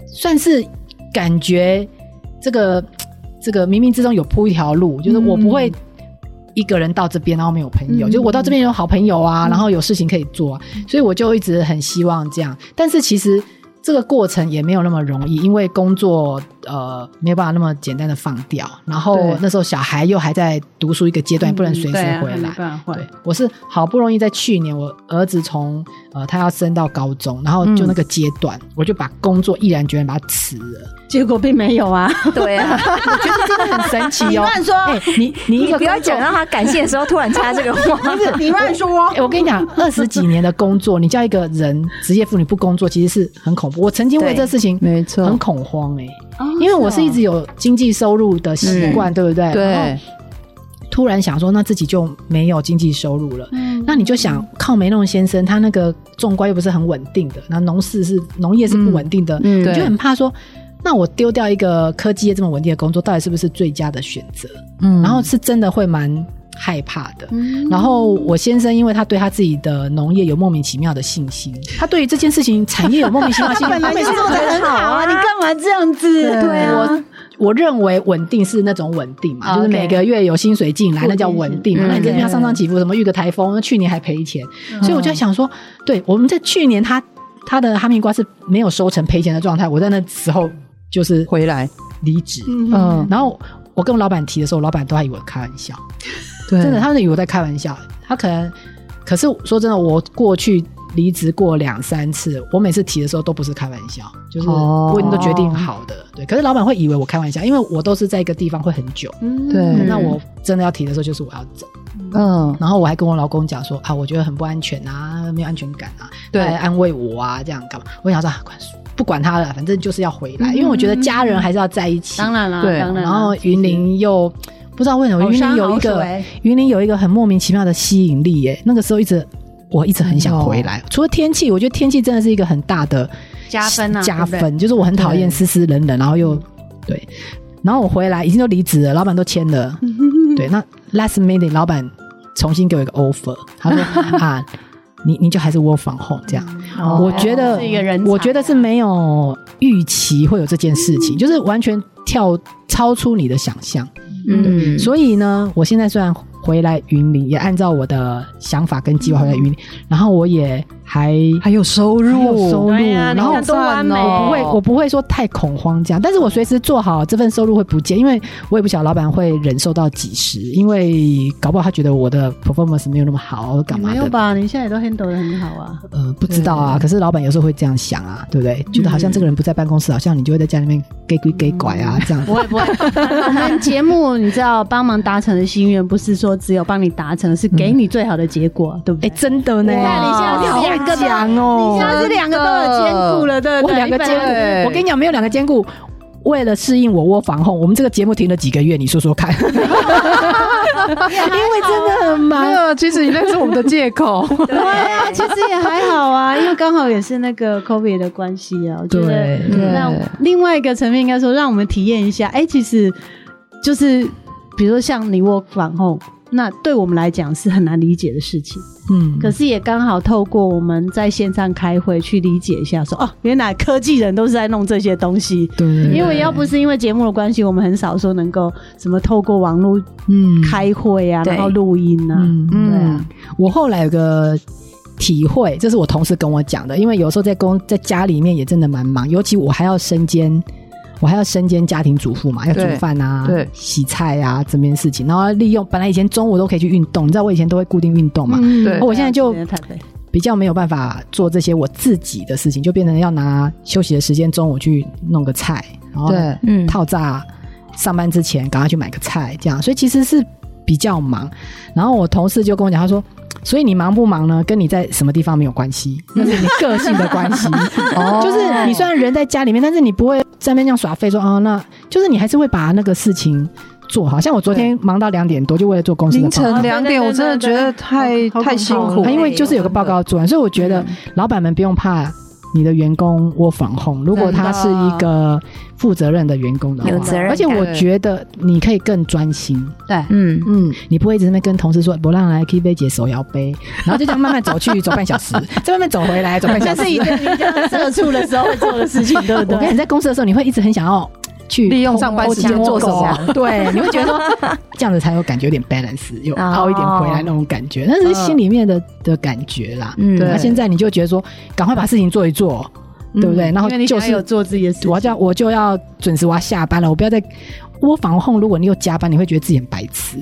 [SPEAKER 1] 算是感觉这个这个冥冥之中有铺一条路，就是我不会。一个人到这边，然后没有朋友，
[SPEAKER 2] 嗯
[SPEAKER 1] 就是我到这边有好朋友啊，然后有事情可以做啊，所以我就一直很希望这样。但是其实这个过程也没有那么容易，因为工作呃没有办法那么简单的放掉，然后
[SPEAKER 3] 对
[SPEAKER 1] 那时候小孩又还在读书一个阶段，不能随时
[SPEAKER 2] 对啊
[SPEAKER 1] 回
[SPEAKER 2] 没
[SPEAKER 1] 来。
[SPEAKER 2] 办法
[SPEAKER 1] 对，我是好不容易在去年，我儿子从呃他要升到高中，然后就那个阶段，我就把工作毅然决然把它辞了，
[SPEAKER 2] (laughs) 结果并没有啊。
[SPEAKER 4] 对啊，
[SPEAKER 1] 真的很神奇
[SPEAKER 2] 你
[SPEAKER 1] 哦。
[SPEAKER 2] 乱说，
[SPEAKER 1] 哎、你你一
[SPEAKER 4] 你
[SPEAKER 1] 个
[SPEAKER 4] 不要
[SPEAKER 1] 工作
[SPEAKER 4] 讲啊让他感谢的时候突然插这个话，
[SPEAKER 1] (laughs)
[SPEAKER 2] 你乱说
[SPEAKER 1] 哎、，我跟你讲，二十几年的工作，你叫一个人职业妇女不工作，其实是很恐怖。我曾经为
[SPEAKER 4] 对
[SPEAKER 1] 这事情
[SPEAKER 3] 没错
[SPEAKER 1] 很恐慌哎、因为我是一
[SPEAKER 2] 哦
[SPEAKER 1] 直有经济收入的习惯，对不对？然
[SPEAKER 3] 对
[SPEAKER 1] 后，突然想说，那自己就没有经济收入了。
[SPEAKER 2] 嗯
[SPEAKER 1] 那你就想靠梅弄先生，他那个纵观又不是很稳定的，那农事是农业是不稳定的，
[SPEAKER 4] 嗯嗯
[SPEAKER 1] 你就
[SPEAKER 3] 对
[SPEAKER 1] 很怕说，那我丢掉一个科技业这么稳定的工作，到底是不是最佳的选择？
[SPEAKER 3] 嗯
[SPEAKER 1] 然后是真的会蛮害怕的。
[SPEAKER 2] 嗯
[SPEAKER 1] 然后我先生，因为他对他自己的农业有莫名其妙的信心，他对于这件事情产业有莫名其妙的信心。他每次都在
[SPEAKER 2] 很好啊，你干嘛这样子？
[SPEAKER 3] 对
[SPEAKER 2] 对啊，
[SPEAKER 1] 我认为稳定是那种稳定嘛，
[SPEAKER 2] OK
[SPEAKER 1] 就是每个月有薪水进来，
[SPEAKER 2] 固定
[SPEAKER 1] 那叫稳定嘛。
[SPEAKER 4] 性
[SPEAKER 1] 那你这边上上起伏，什么遇个台风，那去年还赔钱，所以我就在想说，对我们在去年他他的哈密瓜是没有收成赔钱的状态，我在那时候就是
[SPEAKER 3] 回来，
[SPEAKER 1] 离职，
[SPEAKER 3] 嗯，
[SPEAKER 1] 然后我跟我老板提的时候，老板都还以为我开玩笑。
[SPEAKER 3] 对，
[SPEAKER 1] 真的，他们以为我在开玩笑。他可能，可是说真的，我过去离职过两三次，我每次提的时候都不是开玩笑，就是
[SPEAKER 3] 哦
[SPEAKER 1] 我已经都决定好的。对，可是老板会以为我开玩笑，因为我都是在一个地方会很久。
[SPEAKER 3] 嗯对，
[SPEAKER 1] 那我真的要提的时候，就是我要走。
[SPEAKER 3] 嗯，
[SPEAKER 1] 然后我还跟我老公讲说啊，我觉得很不安全啊，没有安全感啊，
[SPEAKER 3] 对
[SPEAKER 1] 他还安慰我啊，这样干嘛？我想说、啊、管不管他了，反正就是要回
[SPEAKER 3] 嗯
[SPEAKER 1] 来，因为我觉得家人还是要在一起。啊
[SPEAKER 2] 当然了，
[SPEAKER 3] 对
[SPEAKER 2] 当然啦。
[SPEAKER 1] 然后云林又不知道为什么，
[SPEAKER 2] 好
[SPEAKER 1] 云林
[SPEAKER 2] 山
[SPEAKER 1] 有一
[SPEAKER 2] 好
[SPEAKER 1] 个
[SPEAKER 2] 水
[SPEAKER 1] 云林有一个很莫名其妙的吸引力耶。那个时候一直我一直很想回来，除了天气，我觉得天气真的是一其实一个很大的
[SPEAKER 2] 加分啊，
[SPEAKER 1] 加
[SPEAKER 2] 对嗯
[SPEAKER 1] 分，就是我很讨厌湿湿冷冷，然后又对，然后我回来已经都离职了，老板都签
[SPEAKER 2] (laughs)
[SPEAKER 1] 了，对，那 last minute 老板重新给我一个 offer，他
[SPEAKER 2] (laughs)
[SPEAKER 1] 说啊。你你就还是 work from home 这样，
[SPEAKER 2] 哦
[SPEAKER 1] 我觉得
[SPEAKER 2] 是一个人才啊
[SPEAKER 1] 我觉得是没有预期会有这件事情，就是完全跳超出你的想象。
[SPEAKER 4] 嗯，
[SPEAKER 1] 所以呢，我现在虽然回来云林，也按照我的想法跟计划回来云林，
[SPEAKER 2] 嗯
[SPEAKER 1] 然后我也还
[SPEAKER 3] 还有收入，
[SPEAKER 1] 还有收入
[SPEAKER 2] 不对对呀，你
[SPEAKER 1] 然后
[SPEAKER 2] 看多完美，
[SPEAKER 3] 赞哦
[SPEAKER 1] 不会，我不会说太恐慌这样，但是我随时做好这份收入会不见，因为我也不晓得老板会忍受到几时，因为搞不好他觉得我的 performance 没有那么好，干
[SPEAKER 2] 你
[SPEAKER 1] 嘛
[SPEAKER 2] 没有
[SPEAKER 1] 的？
[SPEAKER 2] 吧？你现在也都 handle 的很好啊，
[SPEAKER 1] 呃，不知道啊。可是老板有时候会这样想啊，对不对？觉得好像这个人不在办公室，好像你就会在家里面给鬼给拐啊，这样子
[SPEAKER 2] 不。会不 (laughs) 会。我们节目你知道，帮忙达成的心愿，不是说只有帮你达成，是给你最好的结果，对不
[SPEAKER 1] 哎、
[SPEAKER 2] 对？
[SPEAKER 1] 真的呢！
[SPEAKER 2] 你看你现在是两个都
[SPEAKER 1] 讲哦，
[SPEAKER 2] 你现在是两个都有兼顾了，对不
[SPEAKER 1] 我
[SPEAKER 2] 对？
[SPEAKER 1] 两个兼
[SPEAKER 2] 一般
[SPEAKER 1] 顾，我跟你讲，没有两个兼顾，为了适应我窝防控，我们这个节目停了几个月，你说说看，因为真的很
[SPEAKER 3] 没
[SPEAKER 1] 忙。
[SPEAKER 3] 有，啊其实你那是我们的借口。
[SPEAKER 4] 对，
[SPEAKER 2] 啊其实也还好啊，因为刚好也是那个 COVID 的关系啊，我觉得
[SPEAKER 1] 对
[SPEAKER 3] 对
[SPEAKER 2] 让另外一个层面应该说，让我们体验一下，哎、其实就是比如说像你 work from home，那对我们来讲是很难理解的事情，
[SPEAKER 1] (laughs) 嗯，
[SPEAKER 2] 可是也刚好透过我们在线上开会去理解一下说哦，原来科技人都是在弄这些东西。
[SPEAKER 1] 对，
[SPEAKER 2] 因为要不是因为节目的关系，我们很少说能够什么透过网络
[SPEAKER 1] 嗯
[SPEAKER 2] 开会啊，
[SPEAKER 4] 对
[SPEAKER 2] 然后录音啊，
[SPEAKER 1] 嗯
[SPEAKER 2] 对啊，
[SPEAKER 1] 我后来有个体会，这是我同事跟我讲的，因为有时候在公在家里面也真的蛮忙，尤其我还要身兼。我还要身兼家庭主妇嘛，要煮
[SPEAKER 3] 对
[SPEAKER 1] 饭啊
[SPEAKER 3] 对、
[SPEAKER 1] 洗菜啊这边事情，然后要利用本来以前中午都可以去运动，你知道我以前都会固定运动嘛，
[SPEAKER 2] 嗯
[SPEAKER 3] 对
[SPEAKER 1] 我现在就
[SPEAKER 2] 对啊台北
[SPEAKER 1] 比较没有办法做这些我自己的事情，就变成要拿休息的时间中午去弄个菜，然后
[SPEAKER 3] 对
[SPEAKER 4] 嗯，
[SPEAKER 1] 套炸，上班之前赶快去买个菜，这样，所以其实是比较忙。然后我同事就跟我讲，他说：“所以你忙不忙呢？跟你在什么地方没有关系，那是你个性的关系。
[SPEAKER 3] 哦
[SPEAKER 1] 就是你虽然人在家里面，但是你不会在那边这样耍废说，哦，那就是你还是会把那个事情做好。像我昨天忙到两点多，就为了做公司的
[SPEAKER 3] 凌
[SPEAKER 1] 报告
[SPEAKER 3] 晨。两点，我真的觉得太
[SPEAKER 2] 好恐怖
[SPEAKER 3] 太辛
[SPEAKER 2] 好
[SPEAKER 3] 苦
[SPEAKER 2] 恐
[SPEAKER 1] 啊
[SPEAKER 3] 了，
[SPEAKER 1] 因为就是有个报告要做完，所以我觉得老板们不用怕你的员工我防控，如果他是一个负责任的员工的话，
[SPEAKER 4] 有责任感
[SPEAKER 1] 而且我觉得你可以更专心，
[SPEAKER 2] 对。
[SPEAKER 4] 嗯，
[SPEAKER 1] 嗯，你不会一直在那边跟同事说不让来 K 杯姐手摇杯，然后就这样慢慢走去走半小时，再慢慢走回来走半小
[SPEAKER 2] 这
[SPEAKER 1] 时
[SPEAKER 2] 是。一个你在社畜的时候会做的事情，对不
[SPEAKER 1] 我跟你
[SPEAKER 2] 对？
[SPEAKER 1] 讲在公司的时候，你会一直很想要。去
[SPEAKER 3] 利用
[SPEAKER 1] 偷
[SPEAKER 3] 上班
[SPEAKER 1] 偷
[SPEAKER 3] 时间
[SPEAKER 1] 摸
[SPEAKER 3] 做什
[SPEAKER 1] 狗啊
[SPEAKER 3] 么？
[SPEAKER 1] (laughs) 对，你会觉得说
[SPEAKER 2] (laughs)
[SPEAKER 1] 这样子才有感觉，有点 balance，有凹一点回来那种感觉，那是
[SPEAKER 2] 哦
[SPEAKER 1] 心里面的的感觉啦。
[SPEAKER 4] 嗯
[SPEAKER 1] 那
[SPEAKER 3] 对
[SPEAKER 1] 现在你就觉得说，赶快把事情做一做，对不对？然后
[SPEAKER 2] 嗯因为你
[SPEAKER 1] 就
[SPEAKER 2] 想要有
[SPEAKER 1] 是
[SPEAKER 2] 做自己的事情
[SPEAKER 1] 我，要我就要准时我要下班了，我不要再窝房控。如果你有加班，你会觉得自己很白
[SPEAKER 2] (laughs)
[SPEAKER 1] 痴。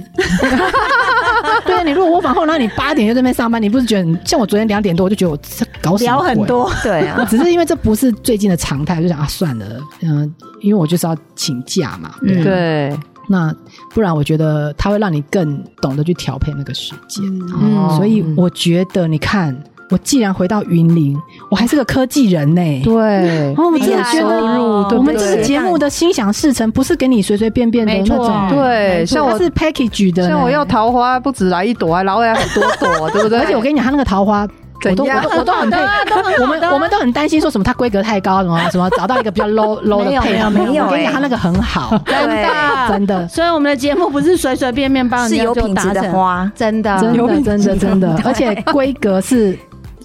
[SPEAKER 1] 对啊，你如果窝房控，然后你八点就在那边上班，你不是觉得很像我昨天两点多，我就觉得我这搞什么
[SPEAKER 2] 聊很
[SPEAKER 1] 鬼
[SPEAKER 2] 多，
[SPEAKER 4] 对啊，
[SPEAKER 1] (laughs) 只是因为这不是最近的常态，我就想啊，算了，嗯、因为我就是要请假嘛，
[SPEAKER 4] 嗯
[SPEAKER 3] 对，
[SPEAKER 1] 那不然我觉得它会让你更懂得去调配那个时间。啊
[SPEAKER 3] 哦
[SPEAKER 1] 所以我觉得，你看，我既然回到云林，我还是个科技人呢、
[SPEAKER 3] 对
[SPEAKER 1] 哦，我们真的
[SPEAKER 4] 还
[SPEAKER 1] 觉
[SPEAKER 4] 有
[SPEAKER 1] 得
[SPEAKER 4] 收入对不
[SPEAKER 1] 我们这个
[SPEAKER 4] 对
[SPEAKER 1] 节目的心想事成，不是给你随随便便的那
[SPEAKER 2] 没错
[SPEAKER 1] 种，
[SPEAKER 3] 对，像
[SPEAKER 1] 它
[SPEAKER 3] 我
[SPEAKER 1] 是 package 的呢，
[SPEAKER 3] 像我要桃花，不止来一朵啊，然后还很多朵，对不对？
[SPEAKER 2] 哎
[SPEAKER 1] 而且
[SPEAKER 3] (laughs)
[SPEAKER 1] 我跟你讲，他那个桃花。我都
[SPEAKER 3] 怎
[SPEAKER 1] 我
[SPEAKER 3] 样
[SPEAKER 1] 都我都
[SPEAKER 2] (laughs)
[SPEAKER 1] 很配，我们我们都很担心说什么它规格太高，什么什么找到一个比较 low low
[SPEAKER 2] (laughs) 没
[SPEAKER 1] 的
[SPEAKER 2] 有
[SPEAKER 1] 配方。
[SPEAKER 2] 没有哎啊
[SPEAKER 4] 没有
[SPEAKER 1] 我跟你
[SPEAKER 4] 欸
[SPEAKER 1] 讲，他那个很
[SPEAKER 2] (laughs)
[SPEAKER 1] 好，
[SPEAKER 2] 真的
[SPEAKER 1] 真的
[SPEAKER 2] 所以我们的节目不是随随便便帮人
[SPEAKER 4] 是
[SPEAKER 2] 家
[SPEAKER 4] 有
[SPEAKER 2] 就
[SPEAKER 4] 品质
[SPEAKER 2] 达
[SPEAKER 4] 的
[SPEAKER 2] 成，
[SPEAKER 4] 花，
[SPEAKER 2] 真的
[SPEAKER 1] 真
[SPEAKER 3] 有
[SPEAKER 1] 的
[SPEAKER 3] 品
[SPEAKER 1] 真
[SPEAKER 3] 质
[SPEAKER 1] 的真的
[SPEAKER 2] (laughs)
[SPEAKER 3] 对，
[SPEAKER 1] 而且规格是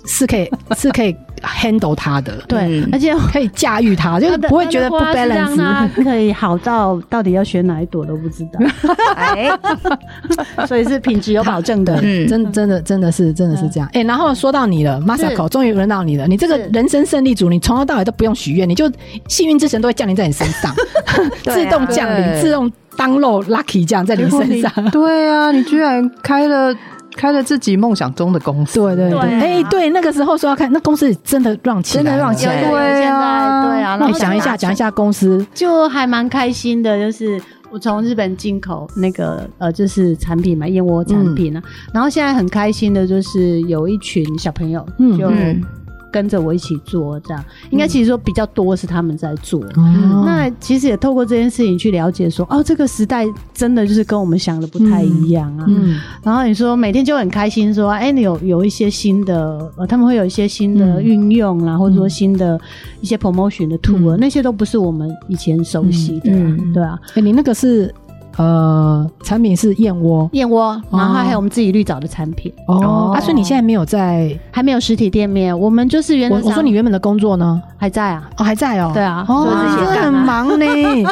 [SPEAKER 1] 是可以是可以 handle 它的，
[SPEAKER 2] 对
[SPEAKER 4] 嗯，
[SPEAKER 2] 而且。
[SPEAKER 1] 可以驾驭它，就是不会觉得不
[SPEAKER 2] 它的花是让
[SPEAKER 1] balance。
[SPEAKER 2] 它可以好到到底要选哪一朵都不知
[SPEAKER 1] (laughs)
[SPEAKER 2] 道，
[SPEAKER 4] 哎，
[SPEAKER 2] 所以是品质有保证 (laughs) 的。
[SPEAKER 4] 嗯，
[SPEAKER 1] 真真的真的是真的是这样。哎、然后说到你了，Masako，终于轮到你了。你这个
[SPEAKER 2] 是
[SPEAKER 1] 人生胜利组，你从头到尾都不用许愿，你就幸运之神都会降临在你身上，
[SPEAKER 4] (laughs) 对
[SPEAKER 1] 自
[SPEAKER 4] 啊
[SPEAKER 1] 动降临，
[SPEAKER 3] 对
[SPEAKER 1] 自动当漏 lucky 这样在你
[SPEAKER 3] 结果
[SPEAKER 1] 身
[SPEAKER 3] 你
[SPEAKER 1] 上。
[SPEAKER 3] 对啊，你居然开了开了自己梦想中的公司，
[SPEAKER 1] 对对对，
[SPEAKER 2] 对啊
[SPEAKER 1] 哎、对，那个时候说要看，那公司真的让起来了，
[SPEAKER 4] 真的让起来了
[SPEAKER 3] 对啊
[SPEAKER 2] 对啊，然
[SPEAKER 1] 那
[SPEAKER 2] 后
[SPEAKER 1] 你讲一下，
[SPEAKER 2] 就
[SPEAKER 1] 讲一下公司，
[SPEAKER 2] 就还蛮开心的，就是我从日本进口那个呃，就是产品嘛，燕窝产品啊。
[SPEAKER 1] 嗯
[SPEAKER 2] 然后现在很开心的就是有一群小朋友
[SPEAKER 1] 嗯
[SPEAKER 2] 就
[SPEAKER 4] 嗯
[SPEAKER 2] 跟着我一起做，这样、应该其实说比较多是他们在做。
[SPEAKER 1] 哦
[SPEAKER 2] 那其实也透过这件事情去了解说，哦，这个时代真的就是跟我们想的不太一样啊。
[SPEAKER 1] 嗯
[SPEAKER 2] 然后你说每天就很开心说，哎，你有有一些新的，呃，他们会有一些新的
[SPEAKER 1] 嗯
[SPEAKER 2] 运用啊啦，或者说新的一些 promotion 的 tool，、
[SPEAKER 1] 嗯
[SPEAKER 2] 那些都不是我们以前熟悉的啊、
[SPEAKER 4] 嗯
[SPEAKER 1] 嗯
[SPEAKER 2] 对啊。
[SPEAKER 1] 哎、你那个是呃，产品是燕窝
[SPEAKER 2] 燕窝，然后还有我们自己绿藻的产品，
[SPEAKER 1] 哦，啊，所以你现在没有在，
[SPEAKER 2] 还没有实体店面，我们就是原
[SPEAKER 1] 我
[SPEAKER 2] 则
[SPEAKER 1] 我
[SPEAKER 2] 上
[SPEAKER 1] 说你原本的工作呢，
[SPEAKER 2] 还在啊，
[SPEAKER 1] 哦，还在哦，
[SPEAKER 2] 对啊
[SPEAKER 1] 哦，
[SPEAKER 2] 做
[SPEAKER 4] 这些
[SPEAKER 1] 你真的
[SPEAKER 4] 干
[SPEAKER 1] 很
[SPEAKER 4] 嘛
[SPEAKER 1] 忙
[SPEAKER 2] (laughs)
[SPEAKER 1] 呢，